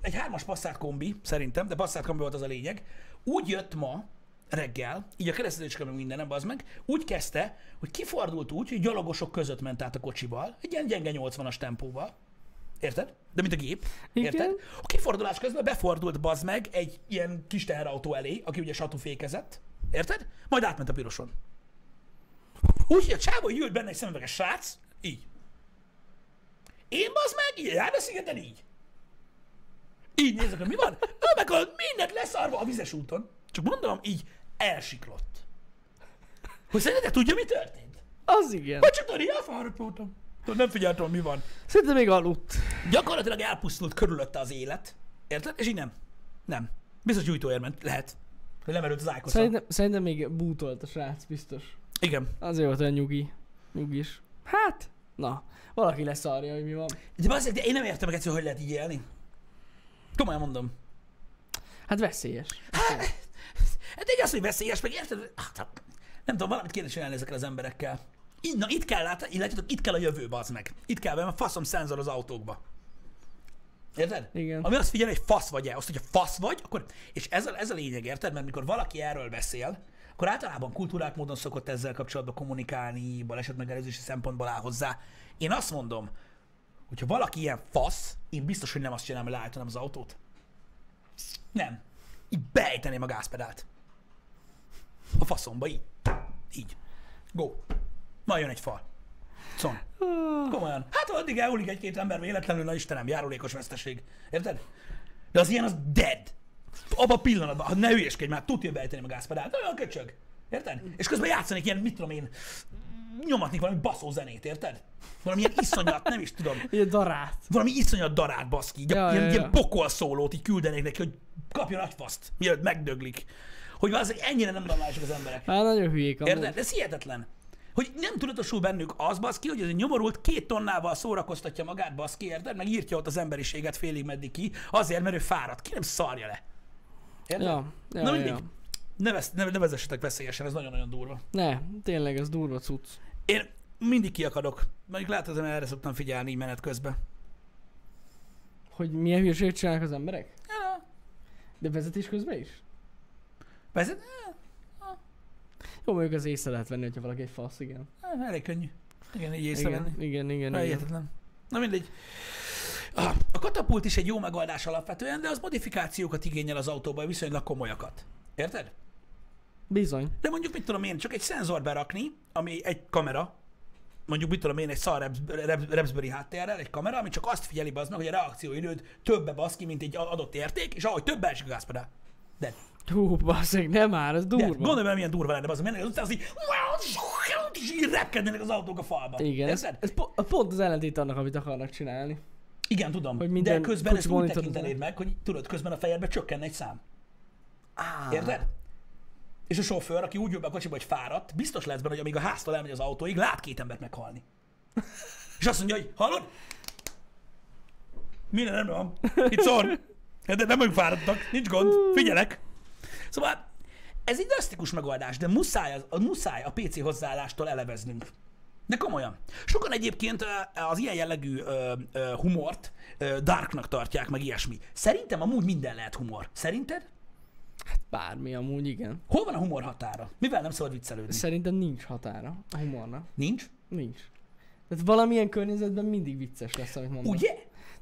Speaker 1: egy hármas passzát kombi, szerintem, de passzát kombi volt az a lényeg. Úgy jött ma reggel, így a keresztezőcske meg mindenem, az meg, úgy kezdte, hogy kifordult úgy, hogy gyalogosok között ment át a kocsival, egy ilyen gyenge 80-as tempóval. Érted? De mint a gép.
Speaker 2: Igen.
Speaker 1: Érted? A kifordulás közben befordult bazd meg egy ilyen kis teherautó elé, aki ugye satufékezett. Érted? Majd átment a piroson. Úgyhogy a csávó így ült benne egy szemüveges srác, így. Én bazd meg, így jár a szigeten, így. Így nézek, hogy mi van. Ő meg a mindent leszarva a vizes úton. Csak mondom, így elsiklott. Hogy szerinted tudja, mi történt?
Speaker 2: Az igen.
Speaker 1: Vagy csak tudod, így elfárapultam. Tudod, nem figyeltem, hogy mi van.
Speaker 2: Szerintem még aludt.
Speaker 1: Gyakorlatilag elpusztult körülötte az élet. Érted? És így nem. Nem. Biztos gyújtóért ment. Lehet. Hogy lemerült az ájkoszra.
Speaker 2: Szerintem, szerintem még bútolt a srác, biztos.
Speaker 1: Igen.
Speaker 2: Azért volt olyan nyugi. Nyugis. Hát, na. Valaki leszarja, hogy mi van.
Speaker 1: De, bazzeg, de én nem értem meg egyszerűen, hogy lehet így élni. Komolyan mondom.
Speaker 2: Hát veszélyes.
Speaker 1: Hát egy az, hogy veszélyes, meg érted? Hát, hát, nem tudom, valamit kéne csinálni ezekkel az emberekkel. Itt, na, itt kell, látni, illetjátok, itt kell a jövő, az meg. Itt kell, mert faszom szenzor az autókba. Érted?
Speaker 2: Igen.
Speaker 1: Ami azt figyel, hogy fasz vagy-e. Azt, hogyha fasz vagy, akkor... És ez a, ez a lényeg, érted? Mert mikor valaki erről beszél, akkor általában kultúrát módon szokott ezzel kapcsolatban kommunikálni, baleset megelőzési szempontból áll hozzá. Én azt mondom, hogyha valaki ilyen fasz, én biztos, hogy nem azt csinálom, hogy leállítanám az autót. Nem. Így beejteném a gázpedált. A faszomba, így. Így. Go. Majd jön egy fal. Con. Komolyan. Hát ha addig elhulik egy-két ember véletlenül, na Istenem, járulékos veszteség. Érted? De az ilyen az dead. Abba a pillanatban, ha ne hülyeskedj már, tudja beejteni a gázpedált. Olyan köcsög. Érted? És közben játszanék ilyen, mit tudom én, nyomatnék valami baszó zenét, érted? Valamilyen iszonyat, nem is tudom
Speaker 2: Ilyen darát.
Speaker 1: valami iszonyat darát baszki, így, ja,
Speaker 2: Ja,
Speaker 1: ilyen,
Speaker 2: ja,
Speaker 1: ilyen
Speaker 2: ja.
Speaker 1: pokol szólót így küldenék neki, hogy kapjon agyfaszt, mielőtt megdöglik. Hogy az ennyire nem normálisak az emberek.
Speaker 2: Hát nagyon hülyék amúgy.
Speaker 1: Érted? Ez hihetetlen. Hogy nem tudatosul bennük az baszki, hogy ez egy nyomorult két tonnával szórakoztatja magát baszki, érted? Meg írtja ott az emberiséget félig meddig ki, azért, mert ő fáradt. Ki nem szarja le. Érted?
Speaker 2: Ja, ja,
Speaker 1: Na
Speaker 2: ja,
Speaker 1: mindig.
Speaker 2: ja.
Speaker 1: Ne, vesz, ne, ne vezessetek veszélyesen, ez nagyon-nagyon durva.
Speaker 2: Ne, tényleg ez durva cucc.
Speaker 1: Én mindig kiakadok. Mondjuk látod, hogy erre szoktam figyelni így menet közben.
Speaker 2: Hogy milyen hülyeséget csinálnak az emberek?
Speaker 1: Ja,
Speaker 2: De vezetés közben is?
Speaker 1: persze,
Speaker 2: Jó, mondjuk az észre lehet venni, hogyha valaki egy fasz, igen.
Speaker 1: eh, elég könnyű. Igen, így észrevenni.
Speaker 2: Igen, igen, igen,
Speaker 1: Na,
Speaker 2: igen.
Speaker 1: Hihetetlen. Na mindegy. Ah, A katapult is egy jó megoldás alapvetően, de az modifikációkat igényel az autóban, viszonylag komolyakat. Érted?
Speaker 2: Bizony.
Speaker 1: De mondjuk mit tudom én, csak egy szenzor berakni, ami egy kamera, mondjuk mit tudom én, egy szar Rebs- Rebs- Rebsbury háttérrel, egy kamera, ami csak azt figyeli bazd meg, hogy a reakcióidőd többe basz ki, mint egy adott érték, és ahogy több esik a gázpedál. De,
Speaker 2: Hú, baszeg, nem már, ez
Speaker 1: de
Speaker 2: durva.
Speaker 1: gondolj bele, milyen durva lenne, az mennek az utcán, az így, és így repkednének az autók a falba.
Speaker 2: igen, ez,
Speaker 1: Érted?
Speaker 2: ez po- pont az ellentét annak, amit akarnak csinálni.
Speaker 1: Igen, tudom. Hogy
Speaker 2: Hogy
Speaker 1: minden
Speaker 2: minden
Speaker 1: de közben ezt
Speaker 2: kocsi
Speaker 1: úgy
Speaker 2: monitorozza.
Speaker 1: tekintenéd meg, hogy tudod, közben a fejedbe csökken egy szám.
Speaker 2: Á,
Speaker 1: Érted? És a sofőr, aki úgy jön be a kocsiba, hogy fáradt, biztos lesz benne, hogy amíg a háztól elmegy az autóig, lát két embert meghalni. És azt mondja, hogy hallod? Minden nem van. Itt szor. De nem vagyunk fáradtak. Nincs gond. Figyelek. Szóval ez egy drasztikus megoldás, de muszáj, az- a, muszáj a PC hozzáállástól eleveznünk. De komolyan. Sokan egyébként ö, az ilyen jellegű ö, ö, humort ö, darknak tartják, meg ilyesmi. Szerintem amúgy minden lehet humor. Szerinted?
Speaker 2: Bármi amúgy, igen.
Speaker 1: Hol van a humor határa? Mivel nem szabad viccelődni?
Speaker 2: Szerintem nincs határa a humornak.
Speaker 1: Nincs.
Speaker 2: Nincs. Tehát valamilyen környezetben mindig vicces lesz, amit mondasz.
Speaker 1: Ugye?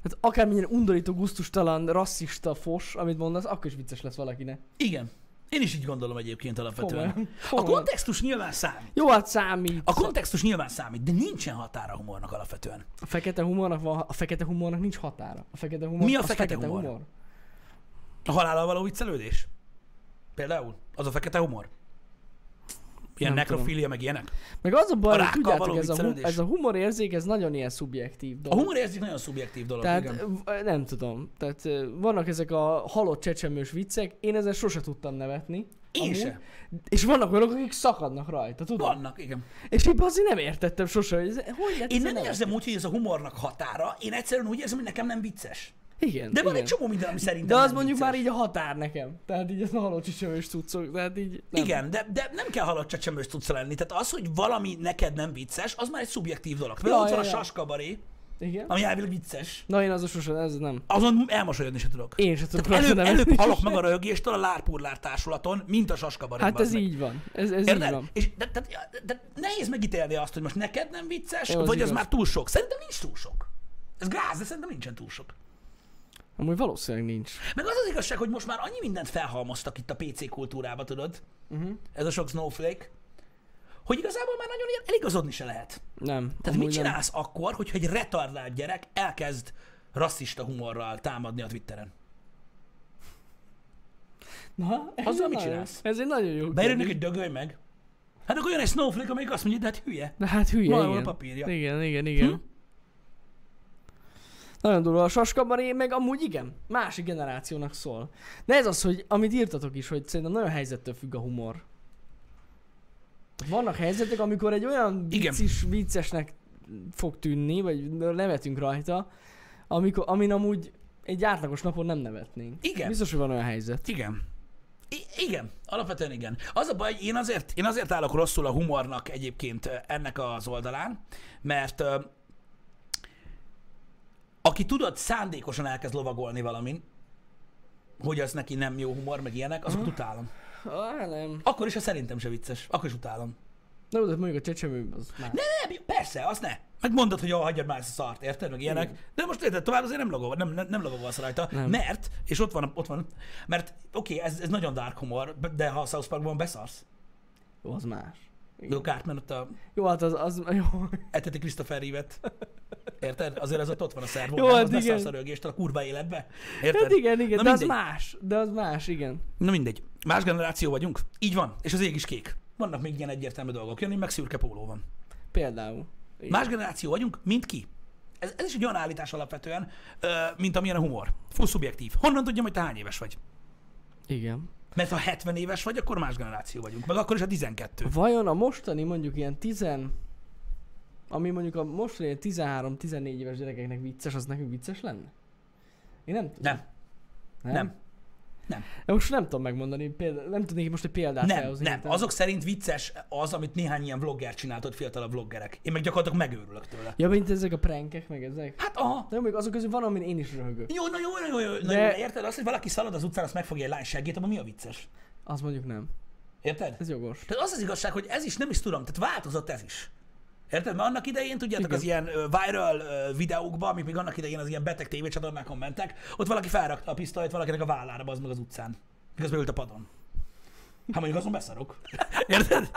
Speaker 2: Tehát akármilyen undorító, guztustalan, rasszista fos, amit mondasz, akkor is vicces lesz valakinek.
Speaker 1: Igen. Én is így gondolom egyébként alapvetően.
Speaker 2: Komolyan.
Speaker 1: A
Speaker 2: Komolyan.
Speaker 1: kontextus nyilván számít.
Speaker 2: Jó, hát számít.
Speaker 1: A kontextus nyilván számít, de nincsen határa a humornak alapvetően.
Speaker 2: A fekete humornak van, a fekete humornak nincs határa. A fekete humor,
Speaker 1: Mi a
Speaker 2: az
Speaker 1: fekete humor? A halállal való viccelődés? Például? Az a fekete humor? Ilyen
Speaker 2: Nem
Speaker 1: nekrofília, meg ilyenek.
Speaker 2: Meg az a
Speaker 1: A
Speaker 2: baj, hogy
Speaker 1: rákkal való
Speaker 2: tudjátok, ez a, hu-
Speaker 1: viccelődés.
Speaker 2: ez a humorérzék, ez nagyon ilyen szubjektív
Speaker 1: A
Speaker 2: dolog.
Speaker 1: humor érzik nagyon szubjektív dolog, Tehát,
Speaker 2: Tehát
Speaker 1: igen.
Speaker 2: v- nem tudom. Tehát ö, vannak ezek a halott csecsemős viccek, én ezen sose tudtam nevetni.
Speaker 1: Én
Speaker 2: amúgy.
Speaker 1: se.
Speaker 2: És vannak olyanok, akik szakadnak rajta, tudod?
Speaker 1: Vannak, igen.
Speaker 2: És én azért nem értettem sose, hogy Hát ez, hogy lehet
Speaker 1: Én nem
Speaker 2: nevetni?
Speaker 1: érzem úgy, hogy ez a humornak határa, én egyszerűen úgy érzem, hogy nekem nem vicces.
Speaker 2: Igen,
Speaker 1: De van
Speaker 2: igen.
Speaker 1: egy csomó minden, ami
Speaker 2: De
Speaker 1: szerintem
Speaker 2: az
Speaker 1: nem
Speaker 2: mondjuk
Speaker 1: vicces.
Speaker 2: már így a határ nekem. Tehát így ez a halott csecsemős cuccok, tehát így nem.
Speaker 1: Igen, de, de nem kell halott csecsemős tudsz lenni. Tehát az, hogy valami neked nem vicces, az már egy szubjektív dolog. Például
Speaker 2: Ja,
Speaker 1: ott van a
Speaker 2: ja, ja.
Speaker 1: saskabaré,
Speaker 2: Igen?
Speaker 1: ami elvileg vicces.
Speaker 2: Na én az sose, ez nem.
Speaker 1: Azon elmosolyodni se tudok.
Speaker 2: Én sem tudok
Speaker 1: Tehát előbb,
Speaker 2: rajta nevetni
Speaker 1: előbb halok
Speaker 2: sose.
Speaker 1: meg a röhögéstől a lárpurlár társulaton, mint a saskabaré.
Speaker 2: Hát ez így van. Ez, ez így
Speaker 1: Érted?
Speaker 2: van.
Speaker 1: És de, de, de, de nehéz megítélni azt, hogy most neked nem vicces,
Speaker 2: Jó, az
Speaker 1: vagy
Speaker 2: igaz.
Speaker 1: az már túl sok. Szerintem nincs túl sok. Ez gáz, de szerintem nincsen túl sok.
Speaker 2: Amúgy valószínűleg nincs.
Speaker 1: Meg az az igazság, hogy most már annyi mindent felhalmoztak itt a PC kultúrába, tudod?
Speaker 2: Mhm.
Speaker 1: Uh-huh. Ez a sok snowflake. Hogy igazából már nagyon ilyen eligazodni se lehet.
Speaker 2: Nem.
Speaker 1: Tehát mit
Speaker 2: amúgy nem.
Speaker 1: csinálsz akkor, hogyha egy retardált gyerek elkezd rasszista humorral támadni a Twitteren?
Speaker 2: Na, ez
Speaker 1: Azzal
Speaker 2: egy
Speaker 1: mit
Speaker 2: nagyon-
Speaker 1: csinálsz?
Speaker 2: Ez egy nagyon jó
Speaker 1: Beírod
Speaker 2: kérdés.
Speaker 1: neki, hogy dögölj meg. Hát akkor jön egy snowflake, amelyik azt mondja, de hát hülye.
Speaker 2: De hát hülye,
Speaker 1: Van róla
Speaker 2: igen.
Speaker 1: papírja.
Speaker 2: Igen, igen, igen. Hm? Nagyon durva a saskabaré, meg amúgy igen, másik generációnak szól. De ez az, hogy amit írtatok is, hogy szerintem nagyon helyzettől függ a humor. Vannak helyzetek, amikor egy olyan
Speaker 1: Igen.
Speaker 2: vicces, viccesnek fog tűnni, vagy nevetünk rajta, amikor, amin amúgy egy átlagos napon nem nevetnénk.
Speaker 1: Igen.
Speaker 2: Biztos, hogy van olyan helyzet.
Speaker 1: Igen. I- igen, alapvetően igen. Az a baj, hogy én azért, én azért állok rosszul a humornak egyébként ö, ennek az oldalán, mert ö, aki tudod, szándékosan elkezd lovagolni valamin, hogy az neki nem jó humor, meg ilyenek, azokat utálom.
Speaker 2: Ah, nem.
Speaker 1: Akkor is, ha szerintem se vicces, akkor is utálom.
Speaker 2: Na, de mondjuk a csecsemő az már.
Speaker 1: Ne, ne, persze, az ne. Meg mondod, hogy jó, hagyjad már ezt a szart, érted, meg ilyenek.
Speaker 2: Igen.
Speaker 1: De most érted, tovább azért nem logol, nem, nem, nem logolsz rajta,
Speaker 2: Nem.
Speaker 1: nem. mert, és ott van, ott van, mert oké, okay, ez, ez nagyon dark humor, de ha a South Parkban beszarsz,
Speaker 2: Jó, az más.
Speaker 1: Bill Cartman ott a
Speaker 2: Jó, hát az, az jó.
Speaker 1: eteti Christopher Reeve-et. Érted? Azért az ott, ott van a szervó,
Speaker 2: Jó,
Speaker 1: nem?
Speaker 2: hát
Speaker 1: az
Speaker 2: igen.
Speaker 1: beszarsz a rögést a kurva életbe. Érted?
Speaker 2: Hát igen, igen,
Speaker 1: Na
Speaker 2: de az
Speaker 1: mindegy.
Speaker 2: más, de az más, igen.
Speaker 1: Na mindegy. Más generáció vagyunk. Így van. És az ég is kék. Vannak még ilyen egyértelmű dolgok. Jönni meg szürke póló van.
Speaker 2: Például. Igen.
Speaker 1: Más generáció vagyunk, mint ki. Ez, ez is egy olyan állítás alapvetően, ö, mint amilyen a humor. Full szubjektív. Honnan tudjam, hogy te hány éves vagy?
Speaker 2: Igen.
Speaker 1: Mert ha 70 éves vagy, akkor más generáció vagyunk. Meg akkor is a 12.
Speaker 2: Vajon a mostani mondjuk ilyen 10, ami mondjuk a mostani ilyen 13-14 éves gyerekeknek vicces, az nekünk vicces lenne? Én nem tudom.
Speaker 1: Nem.
Speaker 2: Nem?
Speaker 1: Nem. Nem.
Speaker 2: De most nem tudom megmondani, példa, nem tudnék most egy példát
Speaker 1: Nem,
Speaker 2: felhozni.
Speaker 1: nem.
Speaker 2: hirtelen.
Speaker 1: Azok szerint vicces az, amit néhány ilyen vlogger csinált, ott fiatalabb vloggerek. Én meg gyakorlatilag megőrülök tőle.
Speaker 2: Ja, mint ezek a prankek, meg ezek.
Speaker 1: Hát aha,
Speaker 2: De mondjuk azok közül van, amin én is röhögök.
Speaker 1: Jó, na jó, na jó, jó. De...
Speaker 2: De-
Speaker 1: Na, jó, érted? Azt, hogy valaki szalad az utcán, azt megfogja egy lány seggét, abban mi a vicces?
Speaker 2: Az mondjuk nem.
Speaker 1: Érted?
Speaker 2: Ez jogos.
Speaker 1: Tehát az az igazság, hogy ez is nem is tudom, tehát változott ez is. Érted? Mert annak idején, tudjátok,
Speaker 2: Igen.
Speaker 1: az ilyen ö, viral ö, videókban, amik még annak idején az ilyen beteg tévécsatornákon mentek, ott valaki felrakta a pisztolyt valakinek a vállára, az meg az utcán. Miközben ült a padon. Hát mondjuk azon beszarok. Érted?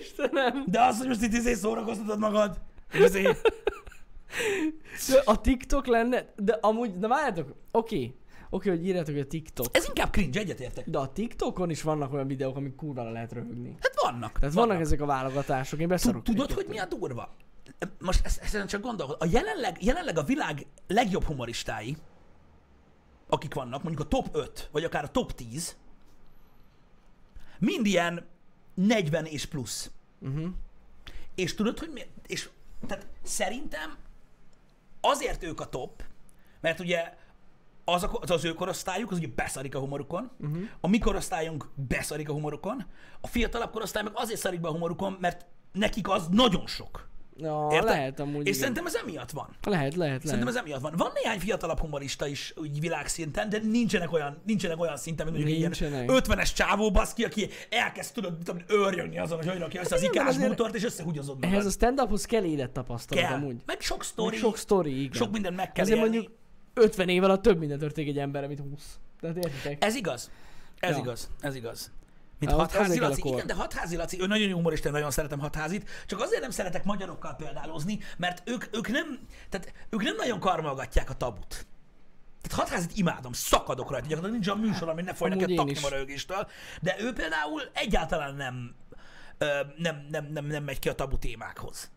Speaker 2: Istenem.
Speaker 1: De az, hogy most itt izé szórakoztatod magad, és izé...
Speaker 2: De a TikTok lenne, de amúgy, na várjátok, oké. Oké, hogy írjátok, hogy a TikTok.
Speaker 1: Ez inkább cringe, egyetértek.
Speaker 2: De a TikTokon is vannak olyan videók, amik kurvára lehet röhögni.
Speaker 1: Hát vannak.
Speaker 2: Tehát vannak, vannak ezek a válogatások, én beszarok.
Speaker 1: Tudod, hogy mi a durva? Most ezt, ezen csak gondolkod. A jelenleg, jelenleg a világ legjobb humoristái, akik vannak, mondjuk a top 5, vagy akár a top 10, mind ilyen 40 és plusz. Uh-huh. És tudod, hogy mi? És tehát szerintem azért ők a top, mert ugye az, a, az, az ő korosztályuk, az ugye beszarik a humorukon,
Speaker 2: Mhm.
Speaker 1: uh-huh. a mi korosztályunk beszarik a humorukon, a fiatalabb korosztály meg azért szarik be a humorukon, mert nekik az nagyon sok.
Speaker 2: Ja,
Speaker 1: Érted?
Speaker 2: lehet amúgy,
Speaker 1: És
Speaker 2: igen.
Speaker 1: szerintem ez emiatt van.
Speaker 2: Lehet, lehet, lehet.
Speaker 1: Szerintem ez emiatt van. Van néhány fiatalabb humorista is úgy világszinten, de nincsenek olyan, nincsenek olyan szinten, mint mondjuk egy ilyen
Speaker 2: Nincsenek.
Speaker 1: 50-es csávó baszki, aki elkezd tudod, mit tudom, őrjönni azon, hogy hogy rakja össze az
Speaker 2: Hát igen,
Speaker 1: ikás
Speaker 2: azért-
Speaker 1: bútort, és összehugyozod magad.
Speaker 2: Ehhez a stand-uphoz kell élettapasztalat
Speaker 1: kell.
Speaker 2: amúgy.
Speaker 1: Meg sok sztori,
Speaker 2: Meg sok sztori, igen.
Speaker 1: sok mindent meg kell
Speaker 2: Ezért
Speaker 1: élni.
Speaker 2: mondjuk 50 év alatt több minden történik egy emberre, mint 20. Tehát értitek?
Speaker 1: Ez igaz. Ez
Speaker 2: Ja.
Speaker 1: ja. igaz. Ez igaz. Mint
Speaker 2: Hát ott
Speaker 1: hatházi
Speaker 2: ezekkel a
Speaker 1: Laci.
Speaker 2: kor.
Speaker 1: Igen, de hatházi Laci, ő nagyon jó humorista, én nagyon szeretem hatházit, csak azért nem szeretek magyarokkal példálozni, mert ők, ők nem, tehát ők nem nagyon karmolgatják a tabut. Tehát hatházit imádom, szakadok rajta,
Speaker 2: Hát,
Speaker 1: gyakorlatilag nincs olyan műsor, ami ne foly
Speaker 2: Amúgy
Speaker 1: neked
Speaker 2: én
Speaker 1: takni
Speaker 2: is.
Speaker 1: a rögéstől, de ő például egyáltalán nem ö, nem, nem, nem, nem megy ki a tabu témákhoz.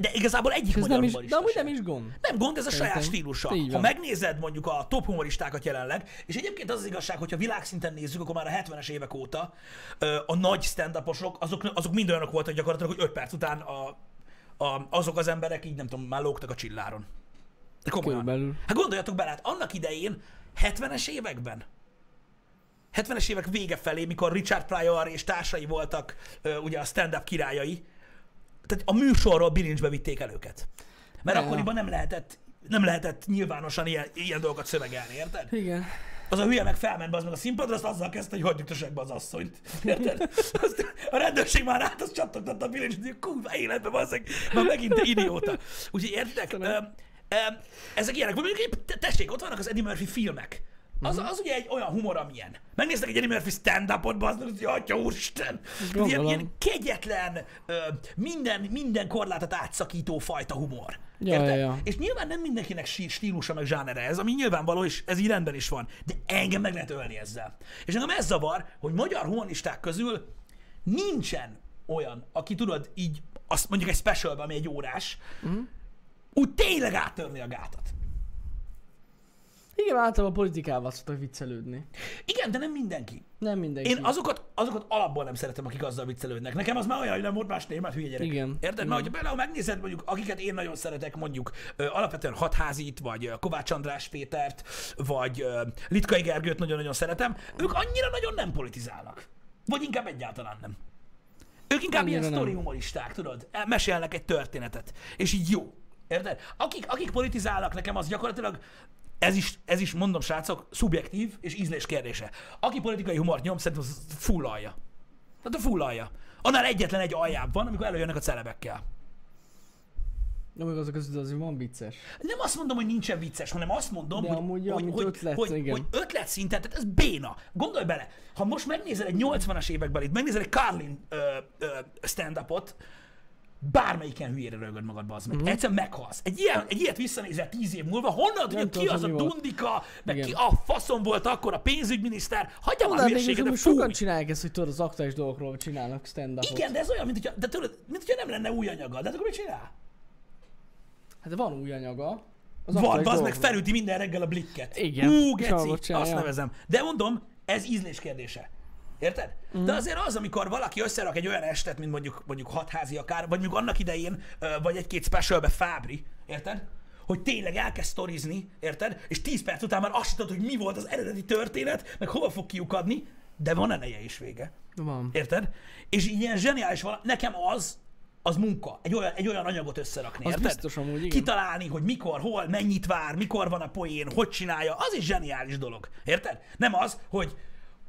Speaker 1: De igazából egyik
Speaker 2: És ez nem
Speaker 1: magyar
Speaker 2: is,
Speaker 1: humorista
Speaker 2: de amúgy
Speaker 1: sem.
Speaker 2: nem is gond.
Speaker 1: Nem gond, ez a
Speaker 2: Szerintem.
Speaker 1: saját stílusa.
Speaker 2: Így
Speaker 1: Ha
Speaker 2: van.
Speaker 1: megnézed mondjuk a top humoristákat jelenleg, és egyébként az az igazság, hogyha világszinten nézzük, akkor már a 70-es évek óta ö, a nagy stand azok, azok mind olyanok voltak gyakorlatilag, hogy 5 perc után a, a, azok az emberek így nem tudom, már lógtak a csilláron. De komolyan.
Speaker 2: Körülbelül.
Speaker 1: Hát gondoljatok bele, hát annak idején 70-es években 70-es évek vége felé, mikor Richard Pryor és társai voltak ö, ugye a stand-up királyai, tehát a műsorról bilincsbe vitték el őket. Mert
Speaker 2: Ja.
Speaker 1: akkoriban nem lehetett, nem lehetett nyilvánosan ilyen, ilyen dolgokat szövegelni, érted?
Speaker 2: Igen.
Speaker 1: Az a hülye meg felment be az meg a színpadra, azt azzal kezdte, hogy hagyjuk tösek be az asszonyt. Érted? Azt a rendőrség már át, azt csattogtatta a bilincs, hogy kurva életbe bazzeg, már megint te idióta. Úgyhogy értek? Öm, öm, ezek ilyenek. Vagy Mondjuk, épp- tessék, ott vannak az Eddie Murphy filmek. Az, az ugye egy olyan humor, amilyen. Megnéztek egy Eddie Murphy stand-upot, bazd meg, hogy atya úristen! Ilyen,
Speaker 2: Gondolom.
Speaker 1: ilyen kegyetlen, ö, minden, minden korlátot átszakító fajta humor.
Speaker 2: Ja,
Speaker 1: Érted?
Speaker 2: ja, ja.
Speaker 1: És nyilván nem mindenkinek sí- stílusa meg zsánere ez, ami nyilvánvaló, és ez így rendben is van. De engem meg lehet ölni ezzel. És engem ez zavar, hogy magyar humoristák közül nincsen olyan, aki tudod így, azt mondjuk egy specialben, ami egy órás,
Speaker 2: Mhm.
Speaker 1: úgy tényleg áttörni a gátat.
Speaker 2: Igen, általában a politikával szoktak viccelődni.
Speaker 1: Igen, de nem mindenki.
Speaker 2: Nem mindenki.
Speaker 1: Én azokat, azokat alapból nem szeretem, akik azzal viccelődnek. Nekem az már olyan, hogy nem volt más témát, hülye gyerek.
Speaker 2: Igen.
Speaker 1: Érted? Mert hogyha például megnézed mondjuk, akiket én nagyon szeretek, mondjuk ö, alapvetően Hatházit, vagy ö, Kovács András Pétert, vagy ö, Litkai Gergőt nagyon-nagyon szeretem, ők annyira nagyon nem politizálnak. Vagy inkább egyáltalán nem. Ők inkább
Speaker 2: Annyira
Speaker 1: ilyen
Speaker 2: nem.
Speaker 1: sztori humoristák, tudod? E, Mesélnek egy történetet. És így jó. Érted? Akik, akik politizálnak nekem, az gyakorlatilag ez is, ez is, mondom srácok, szubjektív és ízlés kérdése. Aki politikai humort nyom, szerintem az fullalja. Tehát a fullalja. Annál egyetlen egy aljább van, amikor előjönnek a celebekkel.
Speaker 2: De meg azok között azért van vicces.
Speaker 1: Nem azt mondom, hogy nincsen vicces, hanem azt mondom,
Speaker 2: De
Speaker 1: hogy,
Speaker 2: amúgy,
Speaker 1: hogy,
Speaker 2: amit
Speaker 1: hogy,
Speaker 2: ötlet,
Speaker 1: hogy,
Speaker 2: igen.
Speaker 1: hogy ötlet szinten, tehát ez béna. Gondolj bele, ha most megnézel egy 80-as években, itt megnézel egy Carlin ö, ö, stand-upot, bármelyiken hülyére rögöd magad, bazd
Speaker 2: Mhm.
Speaker 1: meg. Egyszerűen meghalsz. Egy, ilyen, egy ilyet visszanézel tíz év múlva, honnan tudja, ki
Speaker 2: tudod,
Speaker 1: az a
Speaker 2: hogy mi volt.
Speaker 1: dundika, meg
Speaker 2: Igen.
Speaker 1: ki a faszom volt akkor a pénzügyminiszter, hagyja már a
Speaker 2: Tudod, még
Speaker 1: hülyeséget, de
Speaker 2: amúgy
Speaker 1: fúj!
Speaker 2: hát sokan csinálják ezt, hogy tudod, az aktuális dolgokról csinálnak stand-upot.
Speaker 1: Igen, de ez olyan, mint hogyha, de tudod, mint hogyha nem lenne új anyaga, de hát akkor mit csinál?
Speaker 2: Hát van új anyaga. Az
Speaker 1: Van, az
Speaker 2: aktuális
Speaker 1: meg
Speaker 2: dolgokról.
Speaker 1: felüti minden reggel a blikket.
Speaker 2: Igen,
Speaker 1: Ú,
Speaker 2: és arról
Speaker 1: geci,
Speaker 2: csinálja.
Speaker 1: azt nevezem. De mondom, ez ízlés kérdése. Érted? Mm.
Speaker 2: Mhm.
Speaker 1: De azért az, amikor valaki összerak egy olyan estet, mint mondjuk, mondjuk hatházi akár, vagy mondjuk annak idején, ö, vagy egy-két specialbe Fábri, érted? Hogy tényleg elkezd sztorizni, érted? És 10 perc után már azt sem tudod, hogy mi volt az eredeti történet, meg hova fog kiukadni, de van eleje és vége.
Speaker 2: Van.
Speaker 1: Érted? És így ilyen zseniális vala, nekem az, az munka. Egy olyan, egy olyan anyagot összerakni,
Speaker 2: Az
Speaker 1: érted?
Speaker 2: biztos amúgy, igen.
Speaker 1: Kitalálni, hogy mikor, hol, mennyit vár, mikor van a poén, hogy csinálja, az is zseniális dolog. Érted? Nem az, hogy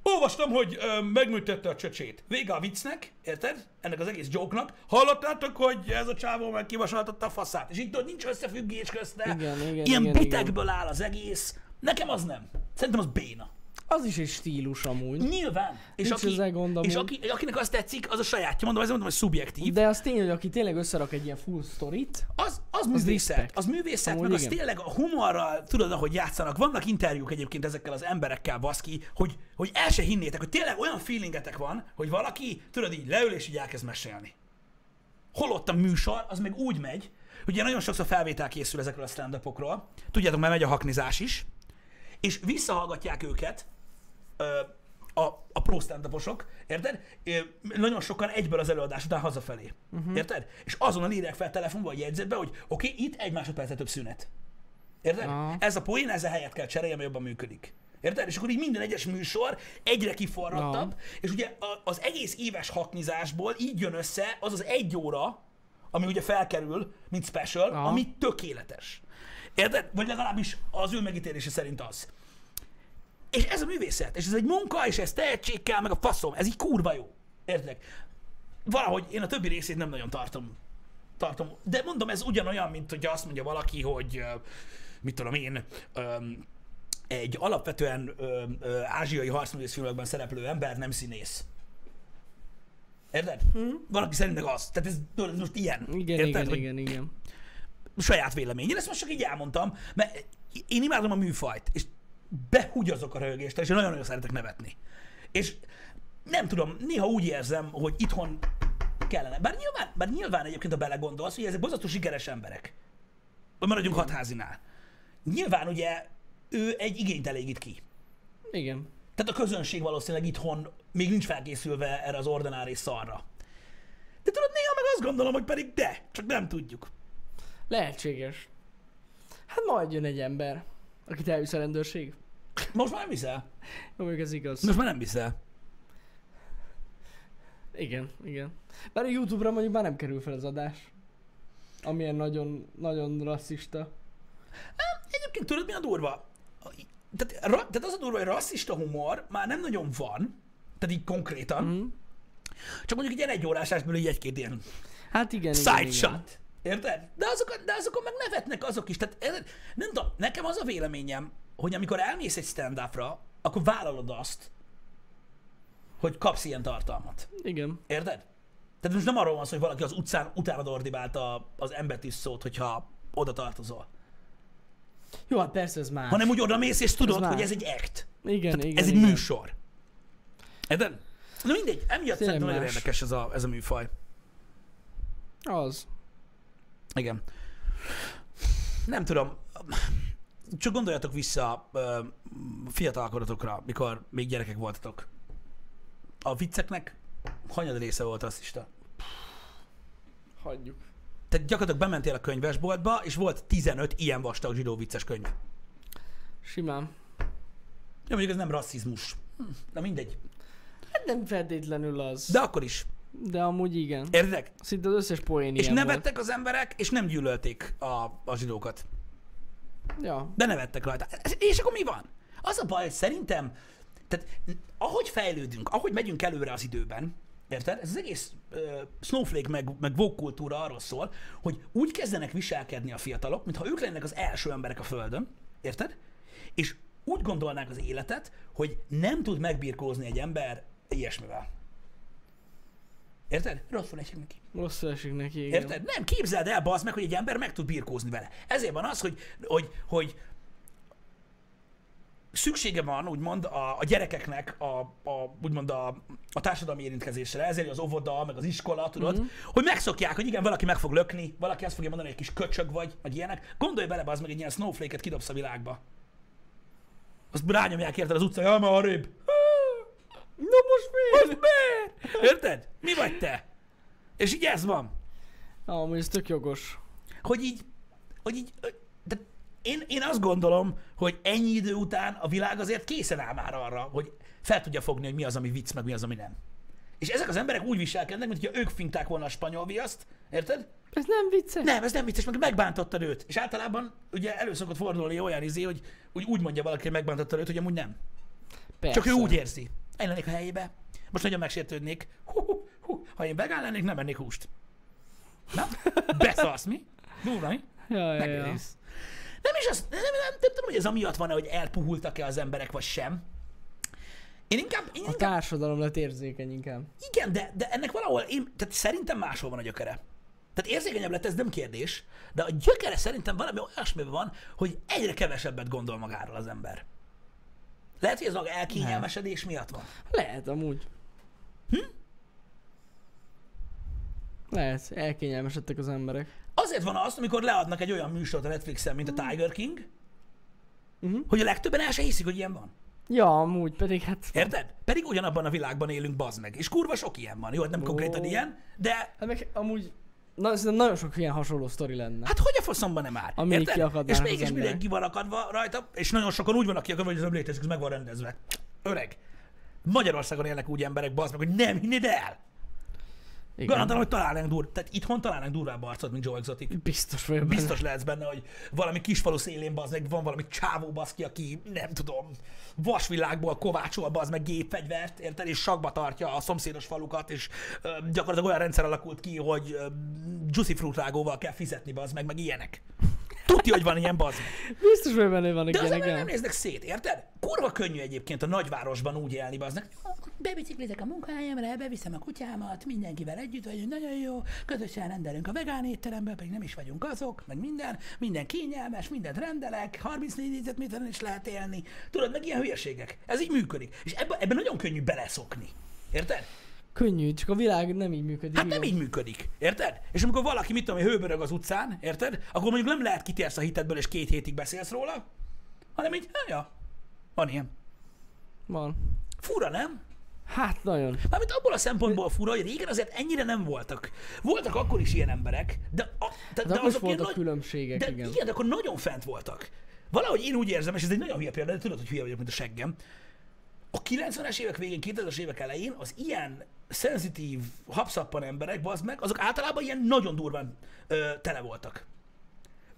Speaker 1: olvastam, hogy ö, megműtette a csöcsét. Vége a viccnek, érted? Ennek az egész joke-nak. Hallottátok, hogy ez a csávó meg kivasaltatta a faszát. És így tudod, nincs összefüggés közte.
Speaker 2: Igen, igen,
Speaker 1: Ilyen
Speaker 2: igen,
Speaker 1: bitekből áll az egész. Nekem az nem. Szerintem az béna.
Speaker 2: Az is egy stílus amúgy.
Speaker 1: Nyilván. És,
Speaker 2: Nincs ezzel gond
Speaker 1: és
Speaker 2: amúgy.
Speaker 1: aki, akinek az tetszik, az a sajátja. Mondom, ezért mondom, hogy szubjektív.
Speaker 2: De az tény, hogy aki tényleg összerak egy ilyen full sztorit,
Speaker 1: Az, az művészet,
Speaker 2: respect.
Speaker 1: az művészet,
Speaker 2: Amúgy
Speaker 1: meg az
Speaker 2: igen.
Speaker 1: tényleg a humorral, tudod, ahogy játszanak. Vannak interjúk egyébként ezekkel az emberekkel, baszki, hogy, hogy el se hinnétek, hogy tényleg olyan feelingetek van, hogy valaki, tudod, így leül és így elkezd mesélni. Holott a műsor, az meg úgy megy, ugye nagyon sokszor felvétel készül ezekről a stand tudjátok, már megy a haknizás is, és visszahallgatják őket, ö, a, a pro stand érted? Ö, Nagyon sokan egyből az előadás után hazafelé. Uh-huh. Érted? És azonnal írják fel telefonba, vagy jegyzetbe, hogy oké, okay, itt egy másodpercre több szünet. Érted?
Speaker 2: Aha.
Speaker 1: Ez a poén, ez a helyet kell cserélni, ami jobban működik. Érted? És akkor így minden egyes műsor egyre kiforrottabb, és ugye a- az egész éves haknizásból így jön össze az az egy óra, ami ugye felkerül, mint special,
Speaker 2: Aha.
Speaker 1: ami tökéletes. Érted? Vagy legalábbis az ő megítélése szerint az. És ez a művészet, és ez egy munka, és ez tehetség kell, meg a faszom, ez így kurva jó. Érted? Valahogy én a többi részét nem nagyon tartom. tartom. De mondom, ez ugyanolyan, mint hogy azt mondja valaki, hogy ö, mit tudom én, öm, egy alapvetően ö, ö, ázsiai harcművészfilmekben szereplő ember nem színész. Érted? Mm. Valaki szerint meg az. Tehát ez, tudod, ez most ilyen.
Speaker 2: Mhm. igen,
Speaker 1: Érted?
Speaker 2: igen,
Speaker 1: Hogy
Speaker 2: igen, igen.
Speaker 1: saját vélemény. Én ezt most csak így elmondtam, mert én imádom a műfajt, és behugyazok a röhögést, és én nagyon-nagyon szeretek nevetni. És nem tudom, néha úgy érzem, hogy itthon kellene. Bár nyilván, bár nyilván egyébként, ha belegondolsz, hogy ezek bozasztó sikeres emberek. Vagy Maradjunk hatházinál. Nyilván ugye ő egy igényt elégít ki.
Speaker 2: Igen.
Speaker 1: Tehát a közönség valószínűleg itthon még nincs felkészülve erre az ordinári szarra. De tudod, néha meg azt gondolom, hogy pedig de, csak nem tudjuk.
Speaker 2: Lehetséges. Hát majd jön egy ember, akit elvisz a rendőrség.
Speaker 1: Most már nem viszel?
Speaker 2: Jó, mondjuk ez igaz.
Speaker 1: Most már nem viszel.
Speaker 2: Igen, igen. Bár a Youtube-ra mondjuk már nem kerül fel az adás. Amilyen nagyon, nagyon rasszista.
Speaker 1: Egyébként tudod, mi a durva? Tehát, ra, tehát az a durva, hogy rasszista humor már nem nagyon van, tehát így konkrétan, mm.
Speaker 2: Hm?
Speaker 1: csak mondjuk egy ilyen egyórásásból így egy-két ilyen
Speaker 2: Hát igen, igen,
Speaker 1: side
Speaker 2: igen.
Speaker 1: shot. Érted? De azokon, de azokon meg nevetnek azok is. Tehát ez, nem tudom, nekem az a véleményem, hogy amikor elmész egy stand akkor vállalod azt, hogy kapsz ilyen tartalmat.
Speaker 2: Igen.
Speaker 1: Érted? Tehát most nem arról van szó, hogy valaki az utcán utána ordibálta az embertis szót, hogyha oda tartozol.
Speaker 2: Jó, hát persze ez más.
Speaker 1: Hanem úgy oda mész, és tudod,
Speaker 2: más.
Speaker 1: hogy ez egy act.
Speaker 2: igen,
Speaker 1: Tehát
Speaker 2: igen,
Speaker 1: ez egy
Speaker 2: igen.
Speaker 1: műsor. Érted? Na mindegy, emiatt
Speaker 2: Tényleg
Speaker 1: szerintem nagyon
Speaker 2: más.
Speaker 1: érdekes ez a, ez a műfaj.
Speaker 2: Az.
Speaker 1: Igen. Nem tudom. Csak gondoljatok vissza ö, fiatalkoratokra, mikor még gyerekek voltatok. A vicceknek hanyad része volt rasszista?
Speaker 2: Hagyjuk.
Speaker 1: Tehát gyakorlatilag bementél a könyvesboltba, és volt 15 ilyen vastag zsidó vicces könyv.
Speaker 2: Simán.
Speaker 1: Jó, mondjuk ez nem rasszizmus. Hm, Na mindegy.
Speaker 2: Hát nem feltétlenül az.
Speaker 1: De akkor is.
Speaker 2: De amúgy igen.
Speaker 1: Értedek?
Speaker 2: Szinte az összes poén
Speaker 1: És
Speaker 2: ilyen
Speaker 1: nevettek az emberek, és nem gyűlölték a, a zsidókat.
Speaker 2: Volt. Ja.
Speaker 1: De nevettek rajta. Ez- És akkor mi van? Az a baj, hogy szerintem, tehát n- ahogy fejlődünk, ahogy megyünk előre az időben, érted? Ez az egész uh, snowflake meg, meg woke kultúra arról szól, hogy úgy kezdenek viselkedni a fiatalok, mintha ők lennének az első emberek a Földön, érted? És úgy gondolnák az életet, hogy nem tud megbirkózni egy ember ilyesmivel. Érted? Rosszul esik neki.
Speaker 2: Rosszul esik neki, igen.
Speaker 1: Érted? Nem, képzeld el, bazd meg, hogy egy ember meg tud birkózni vele. Ezért van az, hogy, hogy, hogy szüksége van, úgymond, a, a gyerekeknek a, a, úgymond a, a társadalmi érintkezésre, ezért az óvoda, meg az iskola, tudod,
Speaker 2: Mhm.
Speaker 1: mm-hmm. hogy megszokják, hogy igen, valaki meg fog lökni, valaki azt fogja mondani, hogy egy kis köcsög vagy, meg ilyenek. Gondolj bele, az meg egy ilyen snowflake-et kidobsz a világba. Azt rányomják érted az utcán, jaj, már arrébb.
Speaker 2: Na most miért? Most miért?
Speaker 1: Érted? Mi vagy te? És így ez van.
Speaker 2: Ah, amúgy ez tök jogos.
Speaker 1: hogy így, hogy így, ö, de én, én azt gondolom, hogy ennyi idő után a világ azért készen áll már arra, hogy fel tudja fogni, hogy mi az, ami vicc, meg mi az, ami nem. És ezek az emberek úgy viselkednek, mintha ők finták volna a spanyol viaszt, érted?
Speaker 2: Ez nem vicces.
Speaker 1: Nem, ez nem vicces, meg megbántottad őt. És általában ugye elő szokott fordulni olyan izé, hogy, hogy úgy mondja valaki, hogy megbántottad őt, hogy amúgy nem.
Speaker 2: Persze.
Speaker 1: Csak ő úgy érzi. Én lennék a helyébe. Most nagyon megsértődnék. Hú, hú, hú. Ha én vegán lennék, nem ennék húst. Na, beszarsz mi? Durva, mi?
Speaker 2: Ja, ja, ja.
Speaker 1: Megnéz. Nem is azt, nem, nem, nem, nem tudom, hogy ez amiatt van-e, hogy elpuhultak-e az emberek, vagy sem. Én inkább, én
Speaker 2: A
Speaker 1: inkább
Speaker 2: társadalom lett érzékeny inkább.
Speaker 1: igen, de, de ennek valahol, én, tehát szerintem máshol van a gyökere. Tehát érzékenyebb lett, ez nem kérdés, de a gyökere szerintem valami olyasmiben van, hogy egyre kevesebbet gondol magáról az ember. Lehet, hogy ez maga elkényelmesedés miatt van.
Speaker 2: Lehet amúgy. Hm? Lehet, elkényelmesedtek az emberek.
Speaker 1: Azért van az, amikor leadnak egy olyan műsort a Netflixen, mint a Tiger King, uh-huh. hogy a legtöbben el se hiszik, hogy ilyen van.
Speaker 2: Ja, amúgy pedig hát...
Speaker 1: Érted? Pedig ugyanabban a világban élünk, bazd meg. És kurva sok ilyen van. Jó, hát nem konkrétan ilyen, de
Speaker 2: Hát meg amúgy... Na, szerintem nagyon sok ilyen hasonló sztori lenne.
Speaker 1: hát hogy a faszomban nem már?
Speaker 2: Amíg
Speaker 1: Érted?
Speaker 2: kiakadnának
Speaker 1: És
Speaker 2: az
Speaker 1: mégis
Speaker 2: emberek.
Speaker 1: mindenki van akadva rajta, és nagyon sokan úgy vannak kiakadva, hogy ez nem létezik, ez meg van rendezve. Öreg. Magyarországon élnek úgy emberek, bazd meg, hogy nem hinnéd el.
Speaker 2: Igen.
Speaker 1: Garantálom, hogy találnánk dur. Tehát itthon találnánk durvább arcot, mint Joe Exotic.
Speaker 2: Biztos vagyok benne.
Speaker 1: Biztos lehetsz benne, hogy valami kisfalu szélén bazd meg, van valami csávó baszki, aki nem tudom, vasvilágból kovácsol bazd meg gépfegyvert, érted, és sakba tartja a szomszédos falukat, és ö, gyakorlatilag olyan rendszer alakult ki, hogy ö, juicy fruit rágóval kell fizetni bazd meg, meg ilyenek. Tudja, hogy van ilyen bazd meg.
Speaker 2: Biztos vagyok benne, hogy vannak
Speaker 1: De az
Speaker 2: ilyenek.
Speaker 1: emberek
Speaker 2: igen.
Speaker 1: nem néznek szét, érted? Kurva könnyű egyébként a nagyvárosban úgy élni, bazd meg. Bebiciklizek a munkahelyemre, beviszem a kutyámat, mindenkivel együtt vagyunk, nagyon jó, közösen rendelünk a vegán étteremben, pedig nem is vagyunk azok, meg minden, minden kényelmes, mindent rendelek, 34 négyzetméteren is lehet élni. Tudod, meg ilyen hülyeségek. Ez így működik. És ebben, ebben nagyon könnyű beleszokni. Érted?
Speaker 2: Könnyű, csak a világ nem így működik.
Speaker 1: Hát
Speaker 2: igen.
Speaker 1: nem így működik, érted? És amikor valaki, mit tudom én, hőbörög az utcán, érted? Akkor mondjuk nem lehet kitérsz a hitedből, és két hétig beszélsz róla, hanem így, "Há, ja, van ilyen.
Speaker 2: Van.
Speaker 1: Fura, nem?
Speaker 2: Hát nagyon.
Speaker 1: Mármint abból a szempontból fura, hogy régen azért ennyire nem voltak. Voltak akkor is ilyen emberek, de, a, de,
Speaker 2: De,
Speaker 1: de
Speaker 2: Hát akkor is
Speaker 1: azok ilyen
Speaker 2: voltak
Speaker 1: nagy,
Speaker 2: különbségek,
Speaker 1: de
Speaker 2: igen.
Speaker 1: igen. de akkor nagyon fent voltak. Valahogy én úgy érzem, és ez egy nagyon hülye példa, de tudod, hogy hülye vagyok, mint a seggem. A 90-es évek végén, 2000-es évek elején az ilyen szenzitív, habszappan emberek, bazd meg, azok általában ilyen nagyon durván ö, tele voltak.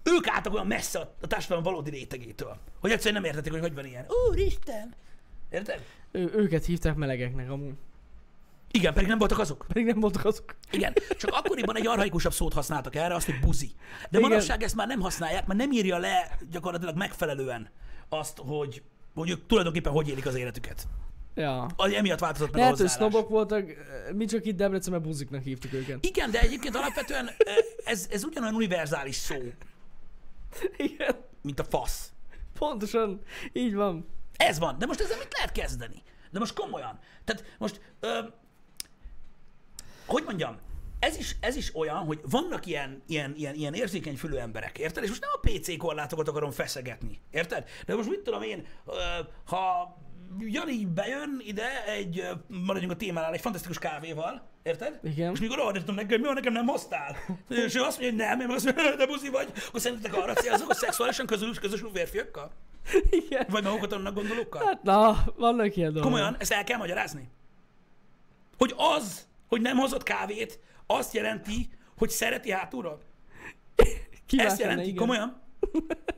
Speaker 1: Ők álltak olyan messze a a társadalom valódi rétegétől, hogy egyszerűen nem értették, hogy hogy van ilyen. Úristen! Érted?
Speaker 2: Ő, őket hívták melegeknek amúgy.
Speaker 1: Igen, pedig nem voltak azok.
Speaker 2: Pedig nem voltak azok.
Speaker 1: Igen, csak akkoriban egy arhaikusabb szót használtak erre, azt, hogy buzi. De
Speaker 2: Igen.
Speaker 1: manapság ezt már nem használják, mert nem írja le gyakorlatilag megfelelően azt, hogy, hogy ők tulajdonképpen hogy élik az életüket.
Speaker 2: Ja.
Speaker 1: Az emiatt változott meg a
Speaker 2: Lehet, hát, hogy
Speaker 1: hozzáállás.
Speaker 2: sznobok voltak, eh, mi csak itt Debrecenben buziknak hívtuk őket.
Speaker 1: Igen, de egyébként alapvetően eh, ez, ez ugyanolyan univerzális szó,
Speaker 2: Igen,
Speaker 1: mint a fasz.
Speaker 2: pontosan így van.
Speaker 1: Ez van, de most ezzel mit lehet kezdeni? De most komolyan. Tehát most, ö, hogy mondjam, ez is, ez is olyan, hogy vannak ilyen, ilyen, ilyen, ilyen érzékeny fülű emberek, érted? És most nem a PC korlátokat akarom feszegetni, érted? De most mit tudom én, ö, ha Jani bejön ide egy, ö, maradjunk a témánál, egy fantasztikus kávéval, érted?
Speaker 2: Igen.
Speaker 1: És mikor ordítom neki, hogy mi van, nekem nem hoztál? És ő azt mondja, hogy nem, én meg azt mondom, de buzi vagy, akkor szerintetek arra célzok, hogy szexuálisan közös, közös férfiakkal?
Speaker 2: Igen.
Speaker 1: Vagy magukat annak gondolókkal?
Speaker 2: Hát na, vannak ilyen dolgok.
Speaker 1: Komolyan, ezt el kell magyarázni. Hogy az, hogy nem hozott kávét, azt jelenti, hogy szereti hátulról.
Speaker 2: Kívás
Speaker 1: Ezt jelenti,
Speaker 2: lenne, igen.
Speaker 1: komolyan.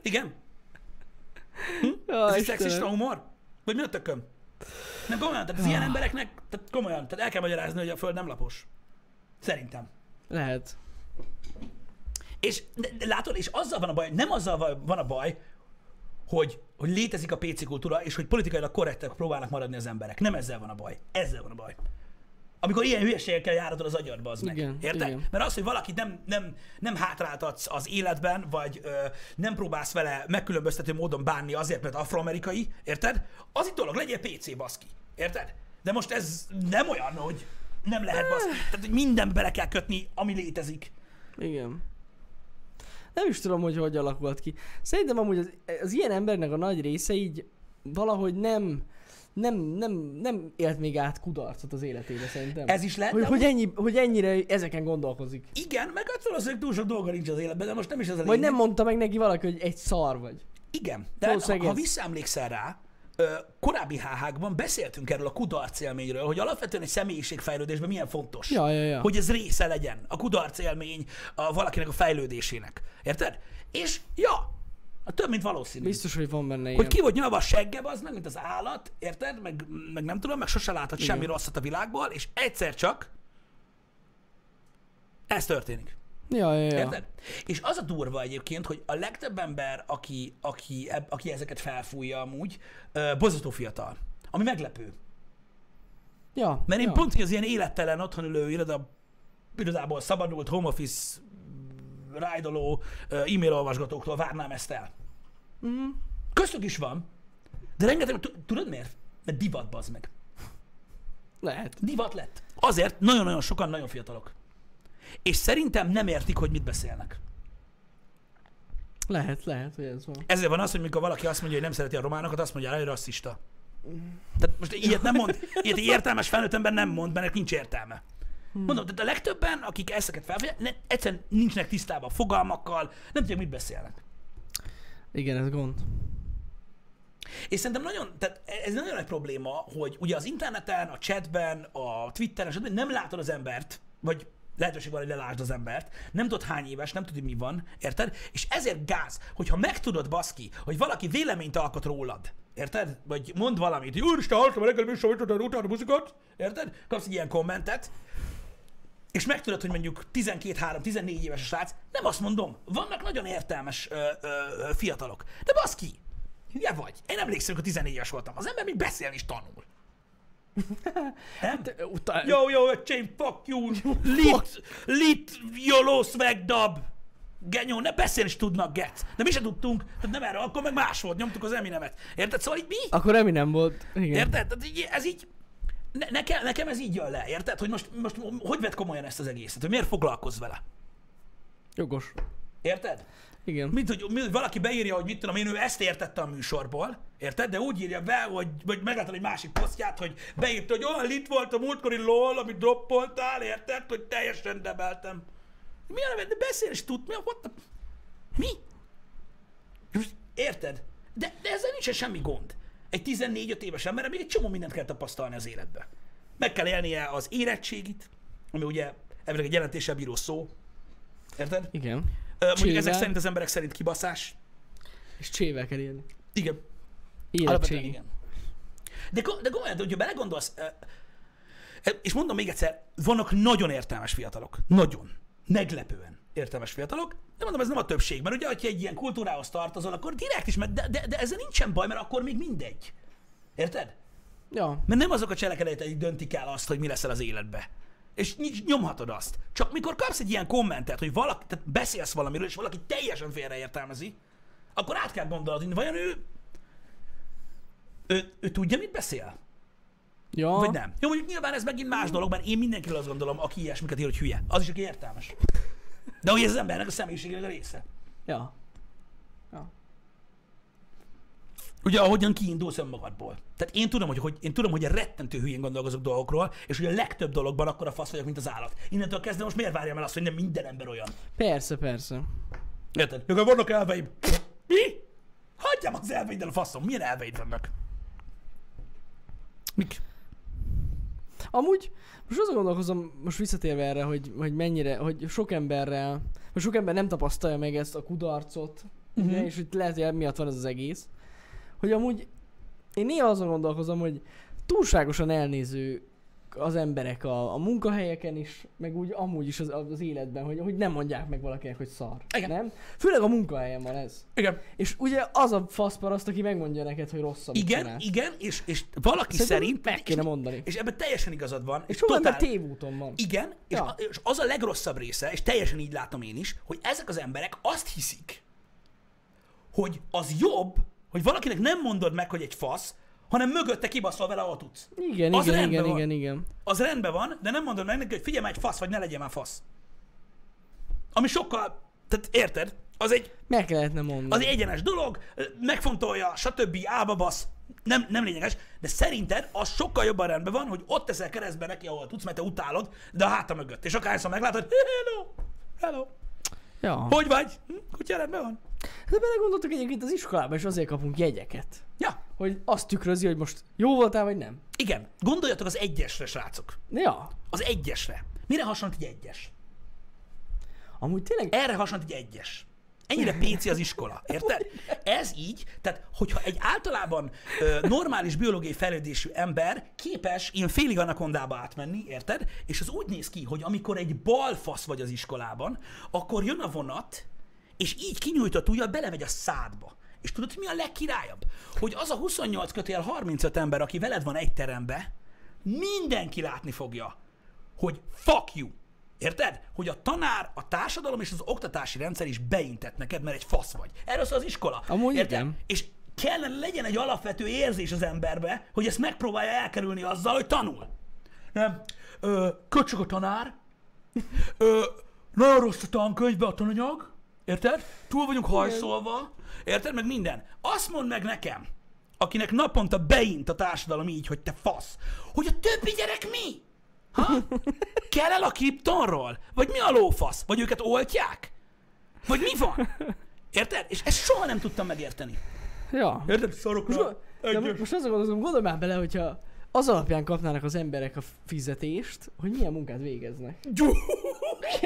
Speaker 1: Igen.
Speaker 2: Ja,
Speaker 1: Ez egy
Speaker 2: Istenem.
Speaker 1: szexista humor? Vagy mi a tököm? Nem komolyan, tehát az
Speaker 2: Ah.
Speaker 1: ilyen embereknek, tehát komolyan, tehát el kell magyarázni, hogy a föld nem lapos. Szerintem.
Speaker 2: Lehet.
Speaker 1: És de, de látod, és azzal van a baj, nem azzal va- van a baj, hogy, hogy létezik a PC kultúra, és hogy politikailag korrektek próbálnak maradni az emberek. Nem ezzel van a baj. Ezzel van a baj. Amikor ilyen hülyeségekkel járatod az agyadba, az meg.
Speaker 2: Igen,
Speaker 1: Érted?
Speaker 2: igen.
Speaker 1: Mert az, hogy valakit nem, nem, nem hátráltatsz az életben, vagy ö, nem próbálsz vele megkülönböztető módon bánni azért, mert afroamerikai, érted? Az itt dolog, legyél PC, baszki. Érted? De most ez nem olyan, hogy nem lehet baszki. Tehát, hogy minden bele kell kötni, ami létezik.
Speaker 2: Igen. Nem is tudom, hogy hogy alakult ki. Szerintem amúgy az, az ilyen embernek a nagy része így valahogy nem, nem, nem, nem élt még át kudarcot az életébe szerintem.
Speaker 1: Ez is lehet,
Speaker 2: hogy,
Speaker 1: de
Speaker 2: hogy, ennyi, hogy ennyire ezeken gondolkozik.
Speaker 1: Igen, meg hát valószínűleg túl sok dolga nincs az életben, de most nem is ez a
Speaker 2: Vagy
Speaker 1: lényeg.
Speaker 2: nem mondta meg neki valaki, hogy egy szar vagy.
Speaker 1: Igen, de
Speaker 2: Valószínűleg
Speaker 1: ha
Speaker 2: ez.
Speaker 1: visszaemlékszel rá, ö, korábbi háhákban beszéltünk erről a kudarc élményről, hogy alapvetően egy személyiségfejlődésben milyen fontos.
Speaker 2: Ja, ja, ja.
Speaker 1: Hogy ez része legyen, a kudarc élmény a valakinek a fejlődésének. Érted? És ja, a több, mint valószínű.
Speaker 2: Biztos, hogy van benne ilyen.
Speaker 1: Hogy ki volt nyilván a segge, az meg, mint az állat, érted? Meg, meg nem tudom, meg sose láthat Igen. semmi rosszat a világból, és egyszer csak ez történik.
Speaker 2: Ja, ja, ja.
Speaker 1: Érted? És az a durva egyébként, hogy a legtöbb ember, aki, aki, eb- aki ezeket felfújja amúgy, ö, bozató fiatal. Ami meglepő.
Speaker 2: Ja,
Speaker 1: Mert én
Speaker 2: ja.
Speaker 1: pont, hogy az ilyen élettelen, otthon ülő, iroda, irodából szabadult, home office, mm, rájdoló, ö, e-mail olvasgatóktól várnám ezt el. Mm.
Speaker 2: Mhm.
Speaker 1: Köztük is van, de rengeteg, tu- tudod miért? Mert divat, bazd meg.
Speaker 2: Lehet.
Speaker 1: Divat lett. Azért nagyon-nagyon sokan nagyon fiatalok. És szerintem nem értik, hogy mit beszélnek.
Speaker 2: Lehet, lehet, hogy ez van.
Speaker 1: Ezért van az, hogy mikor valaki azt mondja, hogy nem szereti a románokat, azt mondja rá, hogy rasszista. Tehát most ilyet nem mond, ilyet egy értelmes felnőtt ember nem mond, mert ennek nincs értelme. Mondom, tehát a legtöbben, akik ezeket felfogják, ne, egyszerűen nincsenek tisztában a fogalmakkal, nem tudják, mit beszélnek.
Speaker 2: Igen, ez gond.
Speaker 1: És szerintem nagyon, tehát e-, ez nagyon nagy probléma, hogy ugye az interneten, a chatben, a Twitteren, stb. nem látod az embert, vagy lehetőség van, hogy lelásd az embert, nem tudod hány éves, nem tudod, mi van, érted? És ezért gáz, hogyha megtudod, baszki, hogy valaki véleményt alkot rólad, érted? Vagy mond valamit, hogy úristen, hallottam a reggel műsor, hogy utána a muzikot, érted? Kapsz egy ilyen kommentet, és megtudod, hogy mondjuk 12-3-14 éves a srác, nem azt mondom, vannak nagyon értelmes ö, ö, ö, fiatalok. De baszki, hülye vagy. Én emlékszem, hogy 14 éves voltam. Az ember még beszélni is tanul. Nem?
Speaker 2: Utána...
Speaker 1: Yo, yo, öcsém, fuck you, lit, lit, jolósz meg, dab. Genyó, ne beszélni is tudnak, get. De mi se tudtunk, tehát nem erre, akkor meg más volt, nyomtuk az Eminemet. Érted? Szóval így mi?
Speaker 2: Akkor Eminem volt. Igen.
Speaker 1: Érted? Tehát így, ez így, ne, nekem, nekem ez így jön le, érted? Hogy most, most hogy vett komolyan ezt az egészet? Hogy miért foglalkozz vele?
Speaker 2: Jogos.
Speaker 1: Érted?
Speaker 2: Igen.
Speaker 1: Mint hogy, mint, hogy valaki beírja, hogy mit tudom én, ő ezt értette a műsorból, érted? De úgy írja be, hogy, vagy meglátod egy másik posztját, hogy beírta, hogy olyan lit volt a múltkori lol, amit droppoltál, érted? Hogy teljesen debeltem. Mi a neve? De beszél is tud, mi a what the... Mi? Most Érted? De, de ezzel nincsen semmi gond. Egy 14-5 éves emberre még egy csomó mindent kell tapasztalni az életbe. Meg kell élnie az érettségit, ami ugye elvileg egy jelentéssel bíró szó. Érted?
Speaker 2: Igen.
Speaker 1: Ö, Mondjuk ezek
Speaker 2: Csillel.
Speaker 1: szerint az emberek szerint kibaszás.
Speaker 2: És csével kell írni.
Speaker 1: Igen. Alapvetően
Speaker 2: Érettségi.
Speaker 1: igen. De, ko- de komolyan, hogyha belegondolsz, ö, ö, és mondom még egyszer, vannak nagyon értelmes fiatalok. Nagyon. Meglepően értelmes fiatalok. De mondom, ez nem a többség, mert ugye, hogyha egy ilyen kultúrához tartozol, akkor direkt is, mert de, de, de ezzel nincsen baj, mert akkor még mindegy. Érted?
Speaker 2: Ja.
Speaker 1: Mert nem azok a cselekedeteid döntik el azt, hogy mi leszel az életbe. És ny- nyomhatod azt. Csak mikor kapsz egy ilyen kommentet, hogy valaki, tehát beszélsz valamiről, és valaki teljesen félreértelmezi, akkor át kell gondolod, hogy vajon ő, ő, ő tudja, mit beszél?
Speaker 2: Ja.
Speaker 1: Vagy nem? Jó, mondjuk nyilván ez megint más dolog, mert én mindenkiről azt gondolom, aki ilyesmiket ír, hogy hülye. Az is, aki értelmes. De hogy ez az embernek a személyiségének a része.
Speaker 2: Ja.
Speaker 1: Ugye ahogyan kiindulsz önmagadból. Tehát én tudom, hogy, hogy én tudom, hogy rettentő hülyén gondolkozok dolgokról, és hogy a legtöbb dologban akkor a fasz vagyok, mint az állat. Innentől kezdve most miért várjam el azt, hogy nem minden ember olyan?
Speaker 2: Persze, persze.
Speaker 1: Érted? Jogán vannak elveim. Mi? Hagyjam az elveiddel a faszom. Milyen elveid vannak? Mik?
Speaker 2: Amúgy most azon gondolkozom, most visszatérve erre, hogy, hogy mennyire, hogy sok emberrel, most sok ember nem tapasztalja meg ezt a kudarcot,
Speaker 1: Mhm.
Speaker 2: uh-huh. és itt lehet, hogy emiatt van ez az egész, hogy amúgy én néha azon gondolkozom, hogy túlságosan elnéző az emberek a, a munkahelyeken is, meg úgy amúgy is az, az életben, hogy, hogy nem mondják meg valakinek, hogy szar.
Speaker 1: Igen.
Speaker 2: Nem? Főleg a munkahelyen van ez.
Speaker 1: Igen.
Speaker 2: És ugye az a faszparaszt, aki megmondja neked, hogy rossz, amit
Speaker 1: Igen,
Speaker 2: csinálsz.
Speaker 1: igen, és, és valaki
Speaker 2: Szerintem
Speaker 1: szerint...
Speaker 2: meg kéne mondani.
Speaker 1: És ebben teljesen igazad van.
Speaker 2: És sok ember tévúton van.
Speaker 1: Igen, és,
Speaker 2: Ja.
Speaker 1: a, és az a legrosszabb része, és teljesen így látom én is, hogy ezek az emberek azt hiszik, hogy az jobb, hogy valakinek nem mondod meg, hogy egy fasz, hanem mögötte kibaszol vele, ahol tudsz.
Speaker 2: Igen,
Speaker 1: Az
Speaker 2: igen,
Speaker 1: rendben
Speaker 2: igen,
Speaker 1: van.
Speaker 2: igen, igen.
Speaker 1: Az rendben van, de nem mondod meg neki, hogy figyelj már egy fasz, vagy ne legyen már fasz. Ami sokkal, tehát érted, az egy,
Speaker 2: Meg lehetne mondani.
Speaker 1: az egy egyenes dolog, megfontolja, stb. ába basz, nem, nem lényeges, de szerinted az sokkal jobban rendben van, hogy ott teszel keresztbe neki, ahol tudsz, mert te utálod, de a háta mögött. És akárhányszor meglátod, hello, hello,
Speaker 2: Ja. Hogy...
Speaker 1: hogy vagy? Hm, Kutya rendben van?
Speaker 2: De belegondoltak Hát egyébként az iskolában, és azért kapunk jegyeket.
Speaker 1: Ja,
Speaker 2: Hogy azt tükrözi, hogy most jó voltál, vagy nem.
Speaker 1: igen. Gondoljatok az egyesre, srácok.
Speaker 2: Ja.
Speaker 1: Az egyesre. Mire hasonlít egy egyes?
Speaker 2: Amúgy tényleg...
Speaker 1: Erre hasonlít egy egyes. Ennyire PC az iskola, érted? Ez így, tehát hogyha egy általában ö, normális biológiai fejlődésű ember képes ilyen félig anakondába átmenni, érted? És az úgy néz ki, hogy amikor egy balfasz vagy az iskolában, akkor jön a vonat, és így kinyújtott ujjal belemegy a szádba. És tudod, hogy mi a legkirályabb? Hogy az a 28 kötél 35 ember, aki veled van egy terembe, mindenki látni fogja, hogy fuck you. Érted? Hogy a tanár, a társadalom és az oktatási rendszer is beintett neked, mert egy fasz vagy. Erről szól az iskola.
Speaker 2: Amúgy igen.
Speaker 1: És kellene legyen egy alapvető érzés az emberbe, hogy ezt megpróbálja elkerülni azzal, hogy tanul. Nem. Ö, köcsög a tanár, Ö, nagyon rossz a tankönyvbe a tananyag, érted? Túl vagyunk hajszolva, érted? Meg minden. Azt mondd meg nekem, akinek naponta beint a társadalom így, hogy te fasz, hogy a többi gyerek mi? Ha? Kell el a kriptonról? Vagy mi a lófasz? Vagy őket oltják? Vagy mi van? Érted? És ezt soha nem tudtam megérteni.
Speaker 2: Ja.
Speaker 1: Érted? Szarokra.
Speaker 2: Most, de mo- most azon gondolkozom, gondolj már bele, hogyha az alapján kapnának az emberek a fizetést, hogy milyen munkát végeznek. Hát,
Speaker 1: A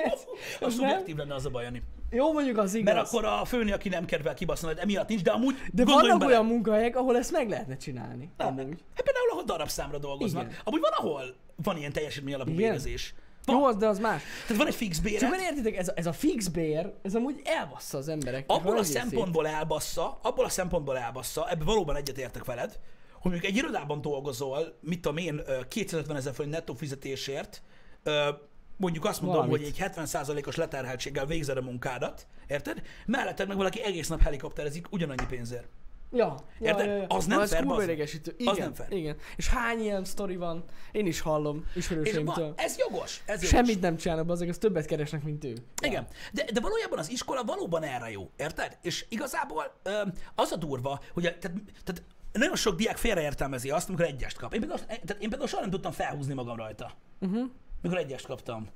Speaker 2: Az
Speaker 1: szubjektív lenne az a baj, Jani.
Speaker 2: Jó, mondjuk az igaz.
Speaker 1: Mert akkor a főni, aki nem kedvel kibasznod, emiatt nincs, de amúgy
Speaker 2: De
Speaker 1: gondoljunk
Speaker 2: vannak
Speaker 1: bele.
Speaker 2: olyan munkahelyek, ahol ezt meg lehetne csinálni. Amúgy.
Speaker 1: Hát például, ahol darabszámra dolgoznak. Igen.
Speaker 2: Igen.
Speaker 1: Amúgy van, ahol van ilyen teljesítmény alapú
Speaker 2: Igen.
Speaker 1: bérezés. Van.
Speaker 2: Jó, az, de az más.
Speaker 1: Tehát van egy fix
Speaker 2: Csak
Speaker 1: béred,
Speaker 2: mert értitek, ez a, ez a fix bér, ez amúgy elbassza az emberek.
Speaker 1: abból a szempontból elbassza, abból a szempontból elbassza, ebben valóban egyetértek veled, hogy mondjuk egy irodában dolgozol, mit tudom én, ö, 250 ezer forint nettó fizetésért, ö, mondjuk azt mondom,
Speaker 2: Valamit.
Speaker 1: hogy egy 70%-os leterheltséggel végzed a munkádat, érted? Mellette meg valaki egész nap helikopterezik ugyanannyi pénzért.
Speaker 2: Ja, ja,
Speaker 1: Érted?
Speaker 2: ja, ja.
Speaker 1: Az nem
Speaker 2: Na, ez
Speaker 1: fair,
Speaker 2: kurva
Speaker 1: bazd meg.
Speaker 2: idegesítő. Igen,
Speaker 1: nem fair.
Speaker 2: Igen. És hány ilyen sztori van? Én is hallom
Speaker 1: És ma,
Speaker 2: ismerőseimtől.
Speaker 1: ez jogos. Ez jogos.
Speaker 2: Semmit nem csinálnak, azok, az többet keresnek, mint ők.
Speaker 1: Igen, de, de valójában az iskola valóban erre jó, érted? És igazából ö, az a durva, hogy a, tehát, tehát nagyon sok diák félreértelmezi azt, amikor egyest kap. Én például, tehát én például soha nem tudtam felhúzni magam rajta,
Speaker 2: Uh-huh.
Speaker 1: mikor egyest kaptam.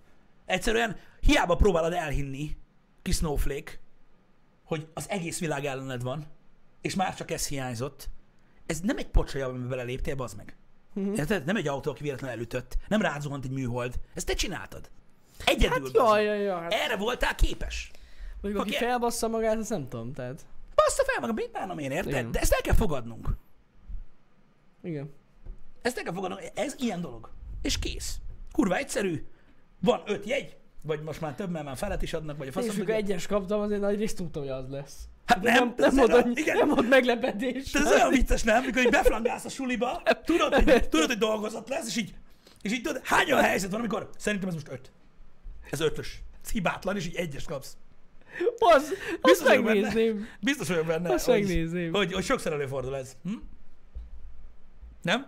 Speaker 1: Egyszerűen hiába próbálod elhinni, kis snowflake, hogy az egész világ ellened van, és már csak ez hiányzott. Ez nem egy pocsolya, amiben beleléptél, bazd meg.
Speaker 2: Mhm.
Speaker 1: Érted? Nem egy autó, aki véletlenül elütött. Nem rád zuhant egy műhold. Ezt te csináltad. Egyedül.
Speaker 2: Hát
Speaker 1: bazd meg.
Speaker 2: jaj, jaj, jaj. Hát,
Speaker 1: Erre voltál képes.
Speaker 2: mondjuk, aki
Speaker 1: aki-
Speaker 2: felbassza magát, azt nem tudom, tehát.
Speaker 1: Bassza fel magam, mit bánom én, érted?
Speaker 2: Igen.
Speaker 1: De ezt el kell fogadnunk.
Speaker 2: Igen.
Speaker 1: Ezt el kell fogadnunk, ez ilyen dolog. És kész. Kurva egyszerű, van öt jegy, vagy most már több, mert már felet is adnak, vagy a
Speaker 2: Én
Speaker 1: faszom.
Speaker 2: is, amikor
Speaker 1: tudja.
Speaker 2: egyes kaptam, azért nagy részt tudtam, hogy az lesz.
Speaker 1: Hát nem,
Speaker 2: Nem, nem,
Speaker 1: ez
Speaker 2: volt,
Speaker 1: olyan-
Speaker 2: annyi,
Speaker 1: igen,
Speaker 2: nem volt meglepetés.
Speaker 1: de ez olyan vicces, nem? Mikor így beflangálsz a suliba, tudod, hogy, tudod, hogy dolgozat lesz, és így, és így tudod, hány olyan helyzet van, amikor szerintem ez most öt. Ez ötös. Ez hibátlan, és így egyes kapsz.
Speaker 2: Az, azt
Speaker 1: Biztos vagyok benne.
Speaker 2: megnézném.
Speaker 1: Biztos vagyok benne,
Speaker 2: Azt
Speaker 1: hogy,
Speaker 2: megnézném.
Speaker 1: hogy, hogy sokszor előfordul ez. Hm? Nem?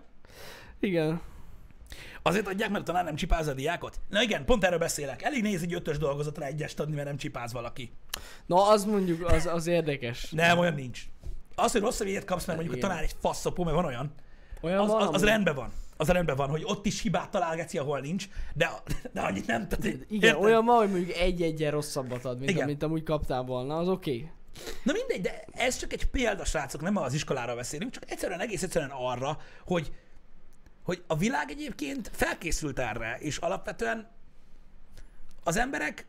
Speaker 2: Igen.
Speaker 1: Azért adják, mert talán nem csipáz a diákot? Na igen, pont erről beszélek. Elég néz egy ötös dolgozatra egyest adni, mert nem csipáz valaki.
Speaker 2: Na, az mondjuk, az, az érdekes.
Speaker 1: Nem, olyan nincs. Az, hogy rosszabb ilyet kapsz, mert mondjuk a
Speaker 2: Igen.
Speaker 1: tanár egy faszopó, mert van olyan,
Speaker 2: Olyan
Speaker 1: az,
Speaker 2: van,
Speaker 1: az, az
Speaker 2: amúgy.
Speaker 1: rendben van. Az rendben van, hogy ott is hibát találgatsz, ahol nincs, de, de annyit nem. Tehát,
Speaker 2: Igen,
Speaker 1: érted?
Speaker 2: olyan van, hogy mondjuk egy-egyen rosszabbat ad, mint,
Speaker 1: Igen.
Speaker 2: amit amúgy kaptál volna, az oké. Okay.
Speaker 1: Na mindegy, de ez csak egy példa, srácok, nem az iskolára beszélünk, csak egyszerűen egész egyszerűen arra, hogy, hogy a világ egyébként felkészült erre, és alapvetően az emberek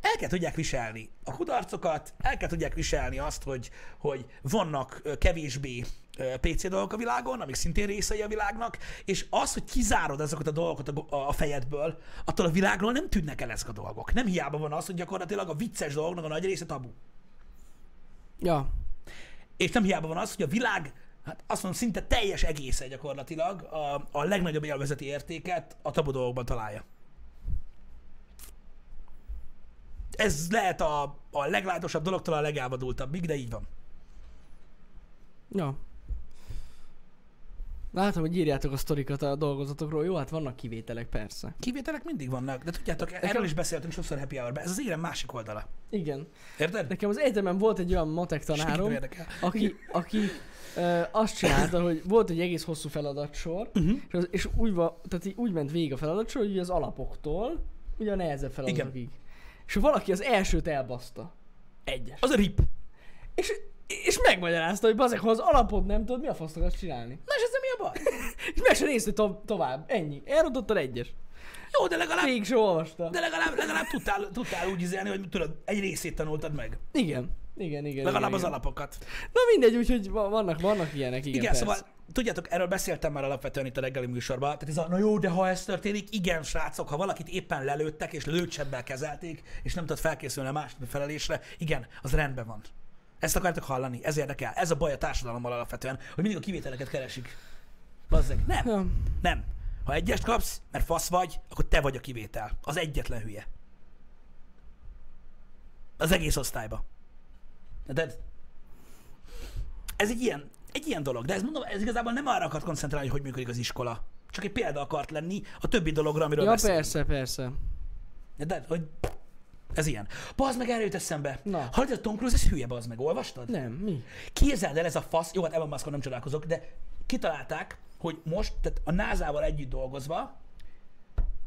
Speaker 1: el kell tudják viselni a kudarcokat, el kell tudják viselni azt, hogy, hogy vannak ö, kevésbé ö, PC dolgok a világon, amik szintén részei a világnak, és az, hogy kizárod ezeket a dolgokat a, go- a fejedből, attól a világról nem tűnnek el ezek a dolgok. Nem hiába van az, hogy gyakorlatilag a vicces dolgoknak a nagy része tabu.
Speaker 2: Ja.
Speaker 1: És nem hiába van az, hogy a világ, hát azt mondom, szinte teljes egésze gyakorlatilag a, a legnagyobb élvezeti értéket a tabu dolgokban találja. Ez lehet a, a leglátosabb dologtól a legálmodultabbig, de így van.
Speaker 2: Ja. Látom, hogy írjátok a sztorikat a dolgozatokról. Jó, hát vannak kivételek, persze.
Speaker 1: Kivételek mindig vannak, de tudjátok, erről is beszéltünk sokszor Happy hour ez az érem másik oldala.
Speaker 2: Igen.
Speaker 1: Érted?
Speaker 2: Nekem az egyetemen volt egy olyan matek
Speaker 1: Senkit nem
Speaker 2: tanárom,
Speaker 1: érdekel.
Speaker 2: aki, aki ö, azt csinálta, hogy volt egy egész hosszú feladatsor,
Speaker 1: Mhm.
Speaker 2: uh-huh. és, az, és úgy, va, tehát így úgy ment végig a feladatsor, hogy ugye az alapoktól ugye a nehezebb feladatokig. Igen. És valaki az elsőt elbaszta. Egyes.
Speaker 1: Az a rip.
Speaker 2: És, és megmagyarázta, hogy bazeg, ha az alapod nem tudod, mi a fasz akarsz csinálni?
Speaker 1: Na és ezzel mi a baj?
Speaker 2: És meg se nézte to- tovább, ennyi. Elrontottad egyes.
Speaker 1: Jó, de legalább,
Speaker 2: Végig se olvasta.
Speaker 1: de legalább, legalább tudtál, tudtál úgy izelni, hogy tudod, egy részét tanultad meg.
Speaker 2: Igen. Igen, igen.
Speaker 1: Legalább
Speaker 2: igen,
Speaker 1: az
Speaker 2: igen.
Speaker 1: alapokat.
Speaker 2: Na mindegy, úgyhogy va- vannak, vannak ilyenek, igen,
Speaker 1: Igen,
Speaker 2: persze.
Speaker 1: szóval tudjátok, erről beszéltem már alapvetően itt a reggeli műsorban. Tehát ez a, na jó, de ha ez történik, igen, srácok, ha valakit éppen lelőttek és lőcsebbel kezelték, és nem tudott felkészülni a második felelésre, igen, az rendben van. Ezt akartok hallani, ez érdekel. Ez a baj a társadalommal alapvetően, hogy mindig a kivételeket keresik. Bazzeg. Nem,
Speaker 2: Ja.
Speaker 1: nem. Ha egyest kapsz, mert fasz vagy, akkor te vagy a kivétel. Az egyetlen hülye. Az egész osztályba. De ez egy ilyen, egy ilyen dolog, de ez mondom, ez igazából nem arra akart koncentrálni, hogy hogy működik az iskola. Csak egy példa akart lenni a többi dologra, amiről
Speaker 2: Ja,
Speaker 1: beszélünk.
Speaker 2: persze, persze.
Speaker 1: De, hogy ez ilyen. Bazd meg, erre jut eszembe.
Speaker 2: Na.
Speaker 1: Hallod, a Tom Cruise, ez hülye, bazd meg, olvastad?
Speaker 2: Nem, mi?
Speaker 1: Képzeld el, ez a fasz, jó, hát Elon Muskon nem csodálkozok, de kitalálták, hogy most, tehát a NASA-val együtt dolgozva,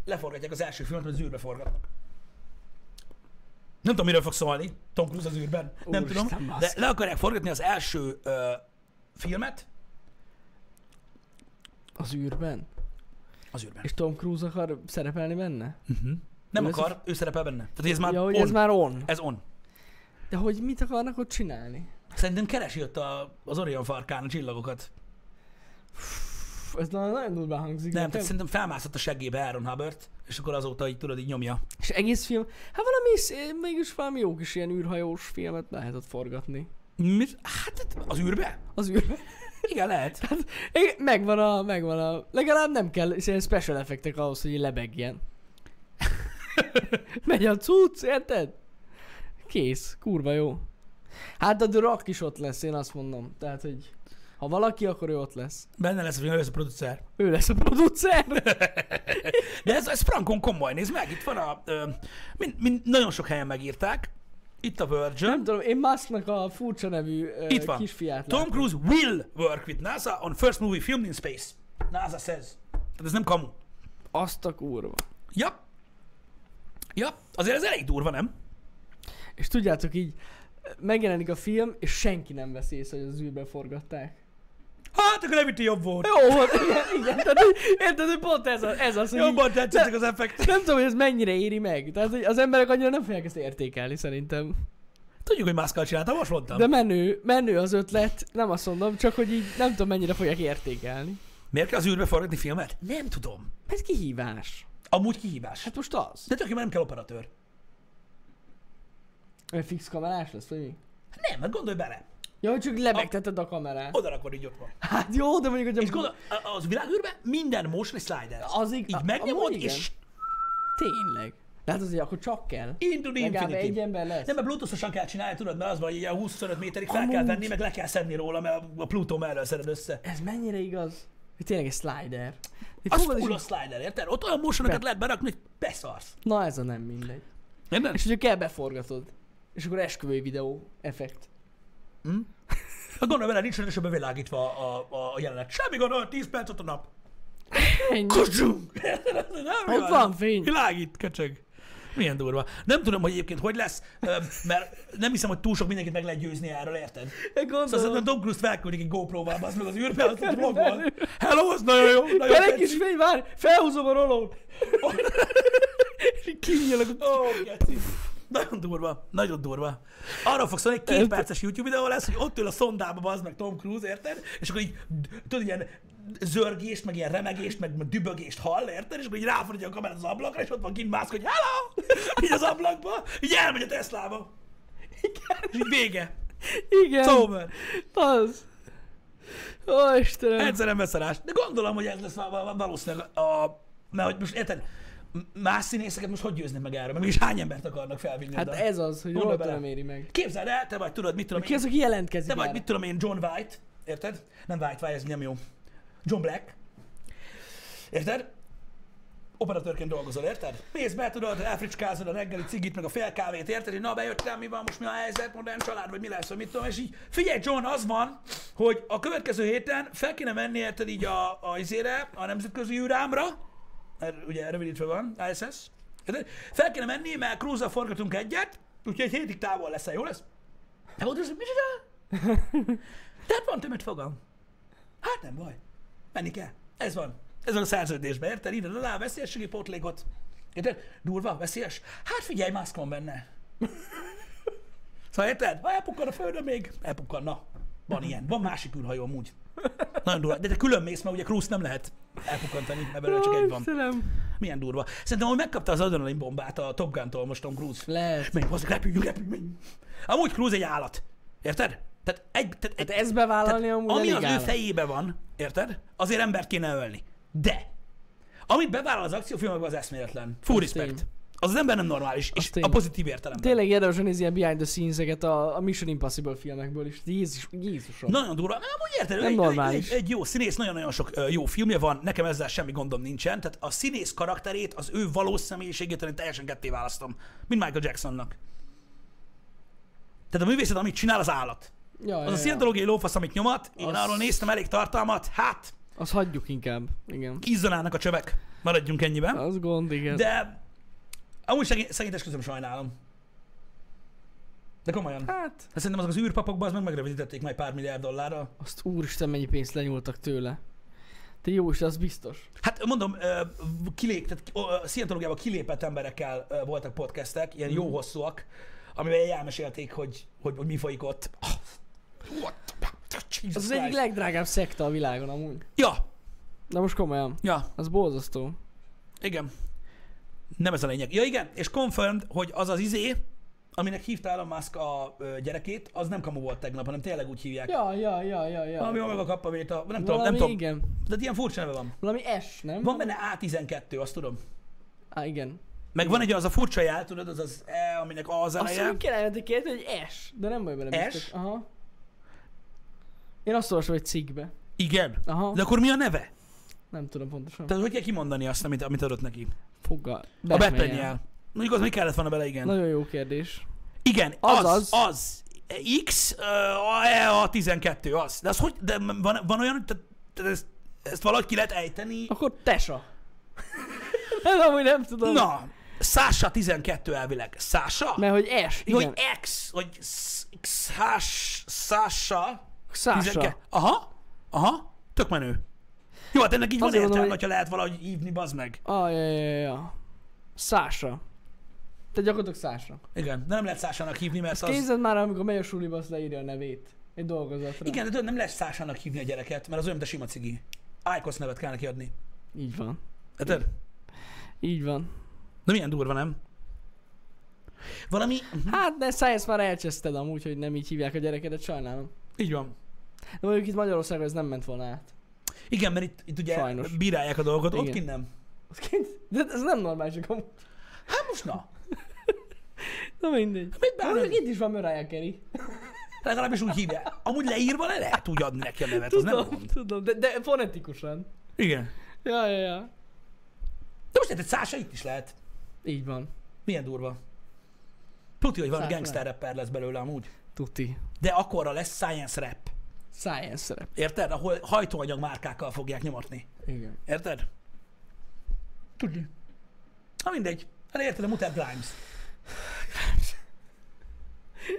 Speaker 1: leforgatják az első filmet, hogy az űrbe forgatnak. Nem tudom, miről fog szólni Tom Cruise az űrben. nem
Speaker 2: Úristen,
Speaker 1: tudom, de
Speaker 2: baszki.
Speaker 1: le akarják forgatni az első ö, filmet
Speaker 2: Az űrben?
Speaker 1: az űrben.
Speaker 2: És Tom Cruise akar szerepelni benne?
Speaker 1: Nem
Speaker 2: Mhm. ő ez
Speaker 1: akar, ő szerepel benne. Tehát ez már
Speaker 2: ja, hogy
Speaker 1: on.
Speaker 2: ez már on.
Speaker 1: Ez on.
Speaker 2: De hogy mit akarnak ott csinálni?
Speaker 1: Szerintem keresi ott a, az Orion farkán a csillagokat.
Speaker 2: Pff, ez na- nagyon durván
Speaker 1: Nem,
Speaker 2: hangzik. nekem.
Speaker 1: tehát szerintem felmászott a seggébe Aaron Hubbard, és akkor azóta így tudod, így nyomja.
Speaker 2: És egész film, hát valami, sz- mégis valami jó kis ilyen űrhajós filmet lehet ott forgatni.
Speaker 1: Mit? Hát az űrbe?
Speaker 2: Az űrben.
Speaker 1: Igen, lehet.
Speaker 2: Hát, igen, megvan a, megvan a, legalább nem kell ilyen special effektek ahhoz, hogy lebegjen. Megy a cucc, érted? Kész, kurva jó. Hát a The Rock is ott lesz, én azt mondom. Tehát, hogy ha valaki, akkor ő ott lesz.
Speaker 1: Benne lesz a film, ő lesz a producer.
Speaker 2: Ő lesz a producer.
Speaker 1: De ez, ez frankon komoly, nézd meg, itt van a... Ö, mind, mind, nagyon sok helyen megírták. Itt a Virgin.
Speaker 2: Nem tudom, én Musknak a furcsa nevű ö,
Speaker 1: Itt van.
Speaker 2: kisfiát
Speaker 1: Tom
Speaker 2: látom.
Speaker 1: Cruise will work with NASA on first movie filmed in space. NASA says. Tehát ez nem kamu.
Speaker 2: Azt a kurva.
Speaker 1: Ja. Ja, azért ez elég durva, nem?
Speaker 2: És tudjátok így, megjelenik a film, és senki nem veszi észre, hogy az űrben forgatták.
Speaker 1: Hát akkor Levity jobb volt.
Speaker 2: Jó volt, igen, igen. Tehát, hogy- érted, hogy pont ez, a, ez az, hogy így,
Speaker 1: Jobban tetszettek az effekt.
Speaker 2: nem tudom, hogy ez mennyire éri meg. Tehát, hogy az emberek annyira nem fogják ezt értékelni szerintem.
Speaker 1: Tudjuk, hogy mászkal csináltam, most mondtam.
Speaker 2: De
Speaker 1: De...
Speaker 2: menő, menő az ötlet, nem azt mondom, csak hogy így nem tudom, mennyire fogják értékelni.
Speaker 1: Miért kell az űrbe forgatni filmet? Nem tudom.
Speaker 2: Ez kihívás.
Speaker 1: Amúgy kihívás.
Speaker 2: Hát most az.
Speaker 1: De tök jó, mert nem kell operatőr.
Speaker 2: Olyan fix kamerás lesz, vagy mi?
Speaker 1: Hát nem, hát gondolj bele.
Speaker 2: Ja, hogy csak lebegteted a kamerát.
Speaker 1: Oda rakod, így ott van.
Speaker 2: Hát jó, de mondjuk, hogy
Speaker 1: És gondolj, a- az világűrben minden motion és slider.
Speaker 2: az ig-
Speaker 1: Így
Speaker 2: a-
Speaker 1: megnyomod,
Speaker 2: amúgy igen.
Speaker 1: és
Speaker 2: Tényleg. De hát azért akkor csak kell.
Speaker 1: into the
Speaker 2: Legalább
Speaker 1: infinity.
Speaker 2: egy ember lesz.
Speaker 1: Nem, mert bluetooth kell csinálni, tudod, mert az van, hogy ilyen 20-25 méterig fel kell
Speaker 2: Amúgy.
Speaker 1: venni, meg le kell szedni róla, mert a- a Plutó mellől szeded össze.
Speaker 2: Ez mennyire igaz? Hogy tényleg egy slider. Itt
Speaker 1: Az
Speaker 2: fogod, és
Speaker 1: full a
Speaker 2: így-
Speaker 1: slider, érted? Ott olyan motionokat
Speaker 2: Be-
Speaker 1: lehet berakni, hogy beszarsz.
Speaker 2: Na ez a nem mindegy.
Speaker 1: Érted?
Speaker 2: És hogyha kell, beforgatod. És akkor esküvői videó effekt.
Speaker 1: Hát gondolj bele, nincs rendesen bevilágítva a, a, a jelenet. Semmi gond, olyan 10 perc ott a nap.
Speaker 2: Ennyi.
Speaker 1: Kucsunk!
Speaker 2: Ott van fény.
Speaker 1: Világít, köcsög. Milyen durva. Nem tudom, hogy egyébként hogy lesz, ö, mert nem hiszem, hogy túl sok mindenkit meg lehet győzni erről, érted? Szóval szerintem
Speaker 2: Gondolom.
Speaker 1: Tom Cruise felküldik egy GoPro-val, az meg az űrbe, azt ott vlogol. Hello, ez nagyon jó, nagyon
Speaker 2: Fel egy
Speaker 1: tetszik.
Speaker 2: kis fény, várj! Felhúzom a rolót! És így kinyilog.
Speaker 1: Ó, geci. Nagyon durva, nagyon durva. Arra fogsz mondani, egy két perces YouTube videó lesz, hogy ott ül a szondába, az meg Tom Cruise, érted? És akkor így, tudod, ilyen zörgést, meg ilyen remegést, meg, meg dübögést hall, érted? És akkor így ráfordítja a kamerát az ablakra, és ott van kint mászk, hogy hello! Így az ablakba, így elmegy a Teslába. És így vége.
Speaker 2: Igen.
Speaker 1: It's over.
Speaker 2: Az. Ó, Istenem.
Speaker 1: Egyszerűen beszarás. De gondolom, hogy ez lesz val- val- valószínűleg a... a mert hogy most érted, m- más színészeket most hogy győznek meg erre? Meg is hány embert akarnak felvinni
Speaker 2: Hát
Speaker 1: oda?
Speaker 2: ez az, hogy
Speaker 1: Gondolj
Speaker 2: rohadtul
Speaker 1: bele.
Speaker 2: nem éri meg.
Speaker 1: Képzeld el, te vagy, tudod, mit tudom
Speaker 2: Ki az, aki jelentkezik
Speaker 1: Te vagy,
Speaker 2: erre?
Speaker 1: mit tudom én, John White, érted? Nem White, White, ez nem jó. John Black. Érted? Operatőrként dolgozol, érted? Mész be, tudod, elfricskázod a reggeli cigit, meg a fél kávét, érted? Hogy na, bejöttem, mi van most, mi a helyzet, modern család, vagy mi lesz, vagy mit tudom, és így figyelj, John, az van, hogy a következő héten fel kéne menni, érted így a, a izére, a nemzetközi űrámra, mert ugye rövidítve van, ISS, érted? Fel kéne menni, mert cruise forgatunk egyet, úgyhogy egy hétig távol leszel, jó lesz? Te mondod, hogy mit csinál? De hát van tömött fogam. Hát nem baj. Menni kell. Ez van. Ez van a szerződésben, érted? Írd alá a veszélyességi pótlékot. Érted? Durva, veszélyes. Hát figyelj, maszk van benne. Szóval érted? Ha elpukkan a földön még, elpukkan, na. Van ilyen. Van másik űrhajó amúgy. Nagyon durva. De te külön mész, mert ugye Cruise nem lehet elpukkantani, mert belőle csak
Speaker 2: Ó,
Speaker 1: egy van.
Speaker 2: Istenem.
Speaker 1: Milyen durva. Szerintem, hogy megkapta az adrenalin bombát a Top Gun-tól most Tom Cruise.
Speaker 2: Lehet.
Speaker 1: Menj, bazd, meg, repüljünk, repüljünk, menjünk. Amúgy Cruise egy állat. Érted? Tehát egy, tehát egy,
Speaker 2: Hát ezt bevállalni amúgy
Speaker 1: ami
Speaker 2: elég
Speaker 1: az ő
Speaker 2: állat.
Speaker 1: fejébe van, érted? Azért embert kéne ölni. De! Amit bevállal az akciófilmekben, az eszméletlen. Full
Speaker 2: Az
Speaker 1: respect.
Speaker 2: tény.
Speaker 1: Az az ember nem normális, és
Speaker 2: tény.
Speaker 1: a pozitív értelemben.
Speaker 2: Tényleg érdemes nézni ilyen behind the scenes-eket a, a Mission Impossible filmekből is. Jézus, Jézusom.
Speaker 1: Nagyon durva. Nem, amúgy érted, ő
Speaker 2: Nem
Speaker 1: egy, ő
Speaker 2: normális.
Speaker 1: Egy, egy, egy, jó színész, nagyon-nagyon sok ö, jó filmje van, nekem ezzel semmi gondom nincsen. Tehát a színész karakterét, az ő valós személyiségét én teljesen ketté választom. Mint Michael Jacksonnak. Tehát a művészet, amit csinál, az állat.
Speaker 2: ja,
Speaker 1: Az a szientológiai lófasz, amit nyomat, én
Speaker 2: Az-
Speaker 1: arról néztem elég tartalmat, hát,
Speaker 2: Azt hagyjuk inkább. Igen.
Speaker 1: izzanának a csövek. Maradjunk ennyiben.
Speaker 2: Az gond, igen.
Speaker 1: De amúgy szegé- szegényt esküszöm sajnálom. De komolyan. Hát
Speaker 2: Hát,
Speaker 1: szerintem azok az űrpapokban az meg megrövidítették majd pár milliárd dollárra.
Speaker 2: azt úristen mennyi pénzt lenyúltak tőle. Te jó is, az biztos.
Speaker 1: Hát mondom, ö, kilép, tehát ö, Scientológiában kilépett emberekkel ö, voltak podcastek, ilyen
Speaker 2: Mm.
Speaker 1: jó hosszúak, amiben így elmesélték, hogy, hogy, hogy mi folyik ott. Ah, what the- Jesus
Speaker 2: Az az egyik
Speaker 1: Christ.
Speaker 2: legdrágább szekta a világon amúgy.
Speaker 1: Ja,
Speaker 2: De most komolyan.
Speaker 1: ja.
Speaker 2: Az borzasztó.
Speaker 1: Igen. Nem ez a lényeg. Ja igen, és confirmed, hogy az az izé, aminek hívta Elon Musk a ö, gyerekét, az nem kamu volt tegnap, hanem tényleg úgy hívják. Ja.
Speaker 2: Ja, ja, ja, ja, ja.
Speaker 1: Valami meg a kappavéta, nem tudom,
Speaker 2: Valami,
Speaker 1: nem tudom.
Speaker 2: igen.
Speaker 1: De ilyen furcsa neve van.
Speaker 2: Valami S, nem?
Speaker 1: Van benne A12, azt tudom.
Speaker 2: Á, igen.
Speaker 1: Meg van egy az a furcsa jel, tudod, az az E, aminek A az
Speaker 2: Azt
Speaker 1: eleje.
Speaker 2: mondjuk kellene két, hogy S, de nem vagy bele
Speaker 1: S?
Speaker 2: biztos. Aha. Én azt olvasom egy cikkbe.
Speaker 1: Igen.
Speaker 2: Aha,
Speaker 1: De akkor mi a neve?
Speaker 2: nem tudom pontosan.
Speaker 1: Tehát hogy kell kimondani azt, amit, amit adott neki?
Speaker 2: Fogal.
Speaker 1: A Batman jel. Na igaz, mi kellett volna bele, igen.
Speaker 2: Nagyon jó kérdés.
Speaker 1: Igen, az, az,
Speaker 2: Azaz.
Speaker 1: az. X, ö, a, E, a 12, az. De az hogy, de van, van olyan, hogy te, te ezt, ezt valahogy ki lehet ejteni?
Speaker 2: Akkor Tesa. nem, amúgy nem tudom.
Speaker 1: Na, Sasha 12 elvileg. Sasha?
Speaker 2: Mert hogy S,
Speaker 1: Jó,
Speaker 2: igen.
Speaker 1: hogy X, hogy Sasha, Sasha,
Speaker 2: Szása.
Speaker 1: 12. Aha, aha, tök menő. Jó, hát ennek így van
Speaker 2: Azért
Speaker 1: értelme,
Speaker 2: mondom,
Speaker 1: hogyha lehet valahogy hívni, bazd meg.
Speaker 2: Ah, ja, ja, ja, ja. Szása. Te gyakorlatilag Szása.
Speaker 1: Igen, de nem lehet Sásának hívni, mert az...
Speaker 2: Képzeld már, amikor megy a suliba, azt leírja a nevét. Egy dolgozatra.
Speaker 1: Igen, de tudod, nem lehet Sásának hívni a gyereket, mert az olyan, mint a sima cigi. Ájkosz nevet kell neki adni.
Speaker 2: Így van.
Speaker 1: Érted?
Speaker 2: Így van.
Speaker 1: Na milyen durva, nem? Valami... Mhm,
Speaker 2: Hát, de Science már elcseszted amúgy, hogy nem így hívják a gyerekedet, sajnálom.
Speaker 1: Így van.
Speaker 2: De mondjuk itt Magyarországon ez nem ment volna át.
Speaker 1: Igen, mert itt, itt ugye
Speaker 2: Sajnos.
Speaker 1: bírálják a dolgot, ott
Speaker 2: Igen.
Speaker 1: kint nem.
Speaker 2: Az kint- De ez nem normális, amúgy.
Speaker 1: Hát most na,
Speaker 2: Na mindegy.
Speaker 1: mit
Speaker 2: Hát, mondjuk
Speaker 1: bánod?
Speaker 2: itt is van Mariah Carey.
Speaker 1: Legalábbis úgy hívják. Amúgy leírva le lehet úgy adni neki a nevet, az nem
Speaker 2: Tudom,
Speaker 1: gond.
Speaker 2: tudom, de, de fonetikusan.
Speaker 1: Igen.
Speaker 2: Ja, ja, ja.
Speaker 1: De most érted, Szása itt is lehet.
Speaker 2: Így van.
Speaker 1: Milyen durva. Tudja, hogy valami
Speaker 2: Szása
Speaker 1: gangster rapper lesz belőle amúgy.
Speaker 2: Tuti.
Speaker 1: De akkorra lesz science rap.
Speaker 2: Science szerep.
Speaker 1: Érted? Ahol hajtóanyag márkákkal fogják nyomatni.
Speaker 2: Igen.
Speaker 1: Érted? Tudni. Na mindegy. Hát érted, a Mutant Grimes.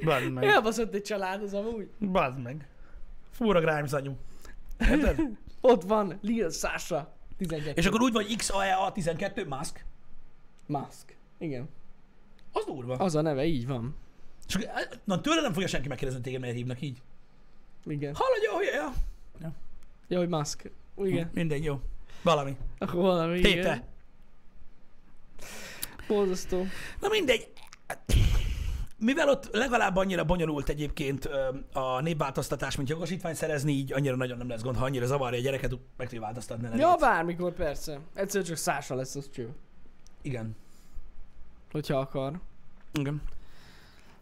Speaker 1: Bazd meg.
Speaker 2: Elbaszott egy család az amúgy.
Speaker 1: Bazd meg. Fúra Grimes anyu. Érted?
Speaker 2: Ott van Lil Sasha 12.
Speaker 1: És akkor úgy vagy XAEA12 Musk.
Speaker 2: Musk. Igen.
Speaker 1: Az durva.
Speaker 2: Az a neve, így van.
Speaker 1: És akkor- eh, na tőle nem fogja senki megkérdezni hogy téged, miért hívnak így.
Speaker 2: Igen.
Speaker 1: Haladja, hogy ja.
Speaker 2: Ja, hogy Musk. Igen.
Speaker 1: Mindegy, jó. Valami.
Speaker 2: Akkor valami, igen.
Speaker 1: Téte.
Speaker 2: Borzasztó.
Speaker 1: Na mindegy. Mivel ott legalább annyira bonyolult egyébként ö, a népváltoztatás, mint jogosítvány szerezni, így annyira nagyon nem lesz gond, ha annyira zavarja a gyereket, meg tudja változtatni. a nevét.
Speaker 2: Ja, bármikor persze. Egyszer csak Sasha lesz az cső.
Speaker 1: Igen.
Speaker 2: Hogyha akar.
Speaker 1: Igen.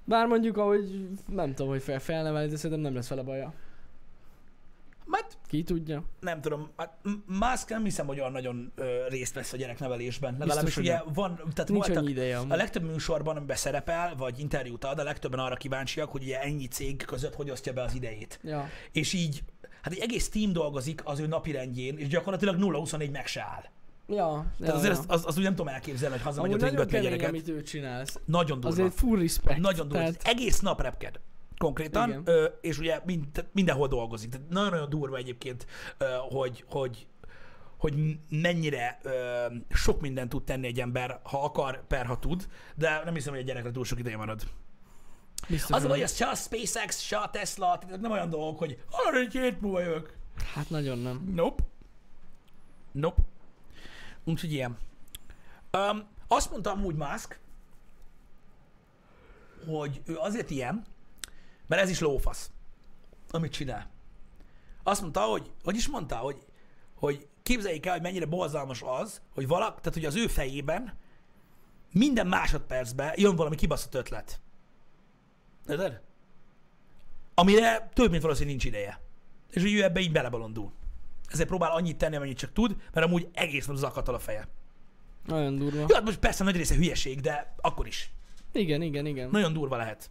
Speaker 2: Bár mondjuk, ahogy nem tudom, hogy fel, felneveli, de szerintem nem lesz vele baja.
Speaker 1: Mert
Speaker 2: Ki tudja?
Speaker 1: Hát, nem tudom, hát M- Musk nem hiszem, hogy olyan nagyon ö, részt vesz a gyereknevelésben. Legalábbis
Speaker 2: hogy
Speaker 1: ugye van, tehát
Speaker 2: Nincs
Speaker 1: voltak,
Speaker 2: annyi ideje amúgy.
Speaker 1: a legtöbb műsorban, amiben szerepel, vagy interjút ad, a legtöbben arra kíváncsiak, hogy ugye ennyi cég között hogy osztja be az idejét.
Speaker 2: Ja.
Speaker 1: És így, hát egy egész team dolgozik az ő napirendjén, és gyakorlatilag 0-24 meg se áll.
Speaker 2: Ja. ja,
Speaker 1: Tehát azért
Speaker 2: ja.
Speaker 1: azt, az, az úgy nem tudom elképzelni, hogy hazamegy
Speaker 2: Amúgy
Speaker 1: ott
Speaker 2: nagyon
Speaker 1: ringatni a
Speaker 2: kemény,
Speaker 1: gyereket.
Speaker 2: amit ő csinálsz.
Speaker 1: Nagyon durva.
Speaker 2: Azért full respect.
Speaker 1: Nagyon durva.
Speaker 2: Tehát,
Speaker 1: Egész nap repked. Konkrétan.
Speaker 2: Igen.
Speaker 1: Ö, és ugye mind, tehát mindenhol dolgozik. Tehát nagyon-nagyon durva egyébként, ö, hogy, hogy, hogy m- mennyire ö, sok mindent tud tenni egy ember, ha akar, per ha tud, de nem hiszem, hogy a gyerekre túl sok ideje marad.
Speaker 2: biztos,
Speaker 1: Az a
Speaker 2: hogy-
Speaker 1: baj, az se a SpaceX, se a Tesla, tehát nem olyan dolgok, hogy arra egy hét múlva jövök.
Speaker 2: Hát nagyon nem.
Speaker 1: Nope. Nope. Úgyhogy ilyen. Um, azt mondta amúgy Musk, hogy ő azért ilyen, mert ez is lófasz, amit csinál. Azt mondta, hogy, hogy is mondta, hogy, hogy képzeljék el, hogy mennyire borzalmas az, hogy valak, tehát hogy az ő fejében minden másodpercben jön valami kibaszott ötlet. Érted? Amire több, mint valószínűleg nincs ideje. És hogy ő ebbe így belebalondul. Ezért próbál annyit tenni, amennyit csak tud, mert amúgy egész nap zakatol a feje.
Speaker 2: Nagyon durva.
Speaker 1: Jó, hát most persze nagy része hülyeség, de akkor is.
Speaker 2: Igen, igen, igen.
Speaker 1: Nagyon durva lehet.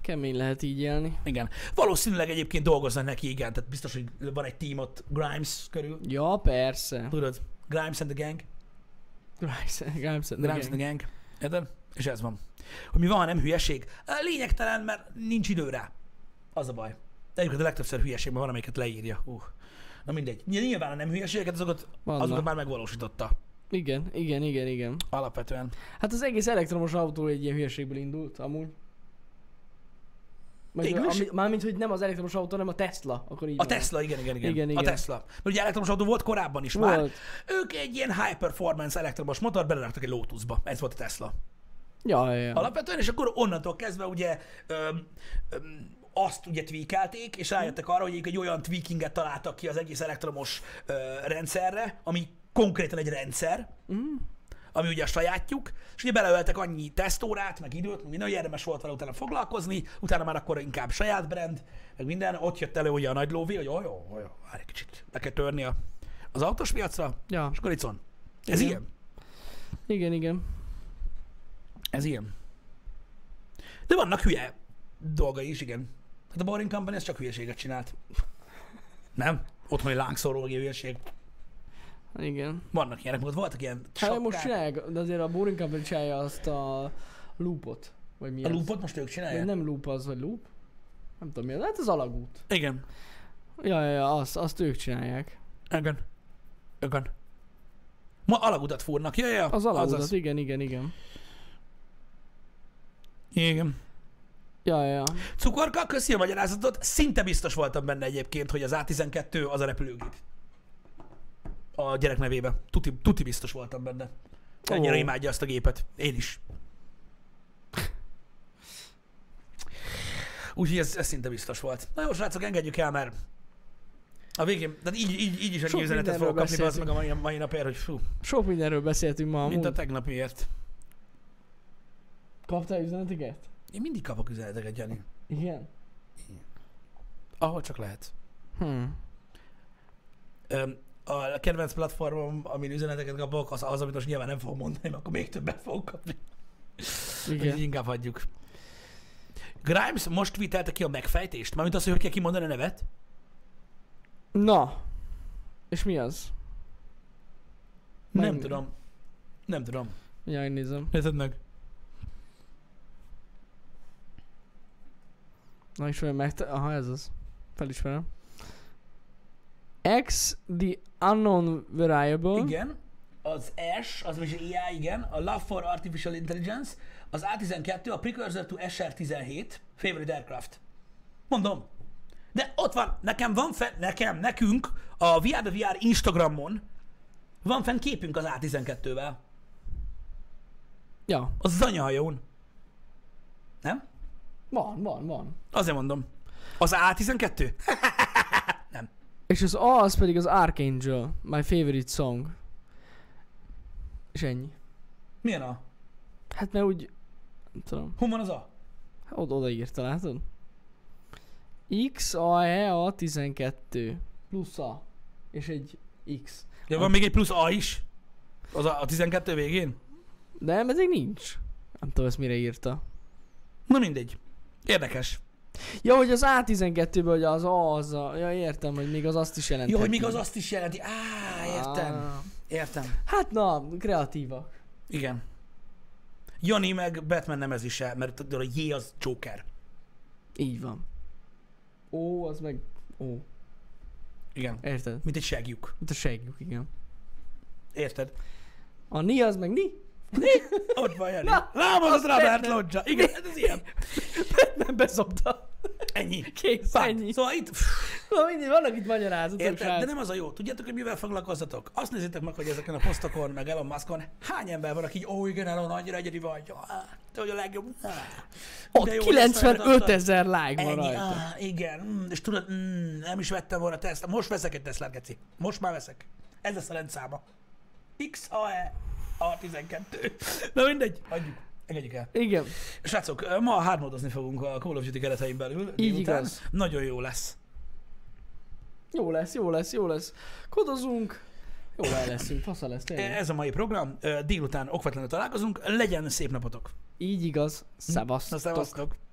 Speaker 2: Kemény lehet így élni.
Speaker 1: Igen. Valószínűleg egyébként dolgoznak neki, igen. Tehát biztos, hogy van egy team ott Grimes körül.
Speaker 2: Ja, persze.
Speaker 1: Tudod? Grimes and the gang.
Speaker 2: Grimes, Grimes, and the
Speaker 1: Grimes and
Speaker 2: gang.
Speaker 1: the gang. Érted? És ez van. Hogy mi van, ha nem hülyeség? Á, Lényegtelen, mert nincs idő rá. Az a baj. De egyébként a legtöbbször hülyeség, mert van, amelyiket leírja. Uh. Na mindegy. Nyilván a nem hülyeségeket azokat,
Speaker 2: Vannak.
Speaker 1: azokat már megvalósította.
Speaker 2: Igen, igen, igen, igen.
Speaker 1: Alapvetően.
Speaker 2: Hát az egész elektromos autó egy ilyen hülyeségből indult, amúgy. Vagy,
Speaker 1: Végül is-
Speaker 2: ami, mármint, hogy nem az elektromos autó, hanem a Tesla. Akkor így
Speaker 1: A
Speaker 2: van.
Speaker 1: Tesla, igen, igen, igen.
Speaker 2: Igen,
Speaker 1: igen a
Speaker 2: igen.
Speaker 1: Tesla. Mert ugye elektromos autó volt korábban is volt. már.
Speaker 2: Volt.
Speaker 1: Ők egy ilyen high performance elektromos motor beleraktak egy Lotusba. Ez volt a Tesla.
Speaker 2: Ja, ja, ja.
Speaker 1: Alapvetően, és akkor onnantól kezdve ugye öm, öm, azt ugye tweakelték, és rájöttek arra, hogy ők egy olyan tweakinget találtak ki az egész elektromos ö, rendszerre, ami konkrétan egy rendszer, a ami ugye a sajátjuk, és ugye beleöltek annyi tesztórát, meg időt, meg minden, hogy érdemes volt vele utána foglalkozni, utána már akkor inkább saját brand, meg minden, ott jött elő ugye a nagy lóvé, hogy olyan, jó, olyan, várj egy kicsit, le kell törni a, az autós piacra,
Speaker 2: Ja,
Speaker 1: és akkor itt van. Ez
Speaker 2: Igen.
Speaker 1: ilyen.
Speaker 2: igen, igen.
Speaker 1: Ez ilyen. De vannak hülye dolgai is, igen. Hát a Boring Company ez csak hülyeséget csinált. Nem? Otthoni lángszóró meg hülyeség.
Speaker 2: Igen.
Speaker 1: Vannak ilyenek, meg ott voltak ilyen
Speaker 2: Hát
Speaker 1: sapkák.
Speaker 2: most csinálják, de azért a Boring Company csinálja azt a loopot. Vagy mi
Speaker 1: A
Speaker 2: az?
Speaker 1: loopot most ők
Speaker 2: Vagy
Speaker 1: csinálják?
Speaker 2: nem loop az, vagy loop. Nem tudom mi az. Hát az alagút.
Speaker 1: Igen.
Speaker 2: Ja, ja, ja, azt, azt ők csinálják.
Speaker 1: Igen. Igen. Ma alagutat fúrnak. Ja, ja,
Speaker 2: Az alagutat,
Speaker 1: azaz.
Speaker 2: igen, igen, igen.
Speaker 1: Igen.
Speaker 2: Ja, ja, ja.
Speaker 1: Cukorka, köszi a magyarázatot. Szinte biztos voltam benne egyébként, hogy az A12 az a repülőgép. A gyerek nevébe. Tuti, tuti biztos voltam benne. Ennyire
Speaker 2: Ó.
Speaker 1: imádja azt a gépet. Én is. Úgyhogy ez, ez szinte biztos volt. Na jó, srácok, engedjük el, mert a végén, tehát így, így, így is
Speaker 2: Sok
Speaker 1: annyi üzenetet
Speaker 2: mindenről
Speaker 1: fogok kapni, az meg
Speaker 2: beszéltünk.
Speaker 1: a mai, mai napért, hogy fú,
Speaker 2: Sok mindenről beszéltünk ma
Speaker 1: mint
Speaker 2: amúgy.
Speaker 1: a tegnapiért.
Speaker 2: Kaptál üzeneteket?
Speaker 1: Én mindig kapok üzeneteket, Jani.
Speaker 2: Igen.
Speaker 1: Ahol csak lehet.
Speaker 2: Hm.
Speaker 1: Öm, a kedvenc platformom, amin üzeneteket kapok, az az, amit most nyilván nem fogom mondani, mert akkor még többet fogok kapni. Úgyhogy
Speaker 2: Igen.
Speaker 1: inkább hagyjuk. Grimes most vitelte ki a megfejtést, mármint azt, hogy hogy kell kimondani a nevet.
Speaker 2: Na. És mi az?
Speaker 1: Nem,
Speaker 2: Meg-
Speaker 1: tudom. Nem tudom.
Speaker 2: Mindjárt megnézem.
Speaker 1: Nézed meg.
Speaker 2: Na és olyan meg... Aha, ez az. Felismerem. X the unknown variable.
Speaker 1: Igen. Az S, az vagyis IA, igen. A Love for Artificial Intelligence. Az A12, a Precursor to SR17. Favorite Aircraft. Mondom. De ott van, nekem van fent, nekem, nekünk a VR the VR Instagramon van fent képünk az A12-vel.
Speaker 2: Ja,
Speaker 1: Az zanyahajón. Nem?
Speaker 2: van, van, van.
Speaker 1: Azért mondom. Az A12?
Speaker 2: És az A az pedig az Archangel, my favorite song. És ennyi.
Speaker 1: Milyen a?
Speaker 2: Hát mert úgy, nem tudom, Hát,
Speaker 1: Hol van az A?
Speaker 2: oda odaírta, látod? X, A, E, A, 12. Plusz A. És egy X.
Speaker 1: Ja, van még egy plusz A is. Az a, a 12 végén?
Speaker 2: De nem, ezek nincs. Nem tudom, ezt mire írta.
Speaker 1: Na mindegy. Érdekes.
Speaker 2: Ja, hogy az A12-ből, hogy az A az a... Ja, értem, hogy még az azt is jelenti.
Speaker 1: Jó, hogy még az azt is jelenti. Á, értem. Értem.
Speaker 2: Hát na, kreatívak.
Speaker 1: Igen. Jani meg Batman nem ez is el, mert tudod, a J az Joker.
Speaker 2: Így van. Ó, az meg... Ó,
Speaker 1: Igen.
Speaker 2: érted?
Speaker 1: Mint egy segjük.
Speaker 2: Mint a segjük, igen.
Speaker 1: Érted?
Speaker 2: A ni az meg ni.
Speaker 1: Ott van Jani.
Speaker 2: Na,
Speaker 1: Lámod az
Speaker 2: az
Speaker 1: Robert
Speaker 2: Batman.
Speaker 1: Lodge. Igen, hát ez ilyen.
Speaker 2: Nem beszopta.
Speaker 1: Ennyi.
Speaker 2: Kész,
Speaker 1: Fakt.
Speaker 2: ennyi.
Speaker 1: Szóval itt, pff,
Speaker 2: Na mindig, vannak itt magyarázatok,
Speaker 1: érted?
Speaker 2: srác.
Speaker 1: De nem az a jó. Tudjátok, hogy mivel foglalkozzatok? Azt nézzétek meg, hogy ezeken a posztokon, meg Elon Muskon hány ember van, aki így, ó igen, Elon, annyira egyedi vagy. Ah, Te vagy a legjobb. Ah, de
Speaker 2: Ott
Speaker 1: jó,
Speaker 2: 95
Speaker 1: visszajött,
Speaker 2: ezer like van
Speaker 1: Ennyi,
Speaker 2: rajta.
Speaker 1: ah, igen, mm, és tudod, mm, nem is vettem volna Tesla. Most veszek egy Tesla, geci. Most már veszek. Ez lesz a rendszáma. XAE A12. Na mindegy, hagyjuk. Engedjük el.
Speaker 2: Igen.
Speaker 1: Srácok, ma hármodozni fogunk a Call of Duty keretein belül. délután.
Speaker 2: igaz.
Speaker 1: Nagyon jó lesz.
Speaker 2: Jó lesz, jó lesz, jó lesz. Kodozunk. Jó el leszünk, fasza lesz tényleg.
Speaker 1: Ez a mai program. Délután okvetlenül találkozunk. Legyen szép napotok.
Speaker 2: Így igaz. Szevasztok.
Speaker 1: Na, szevasztok.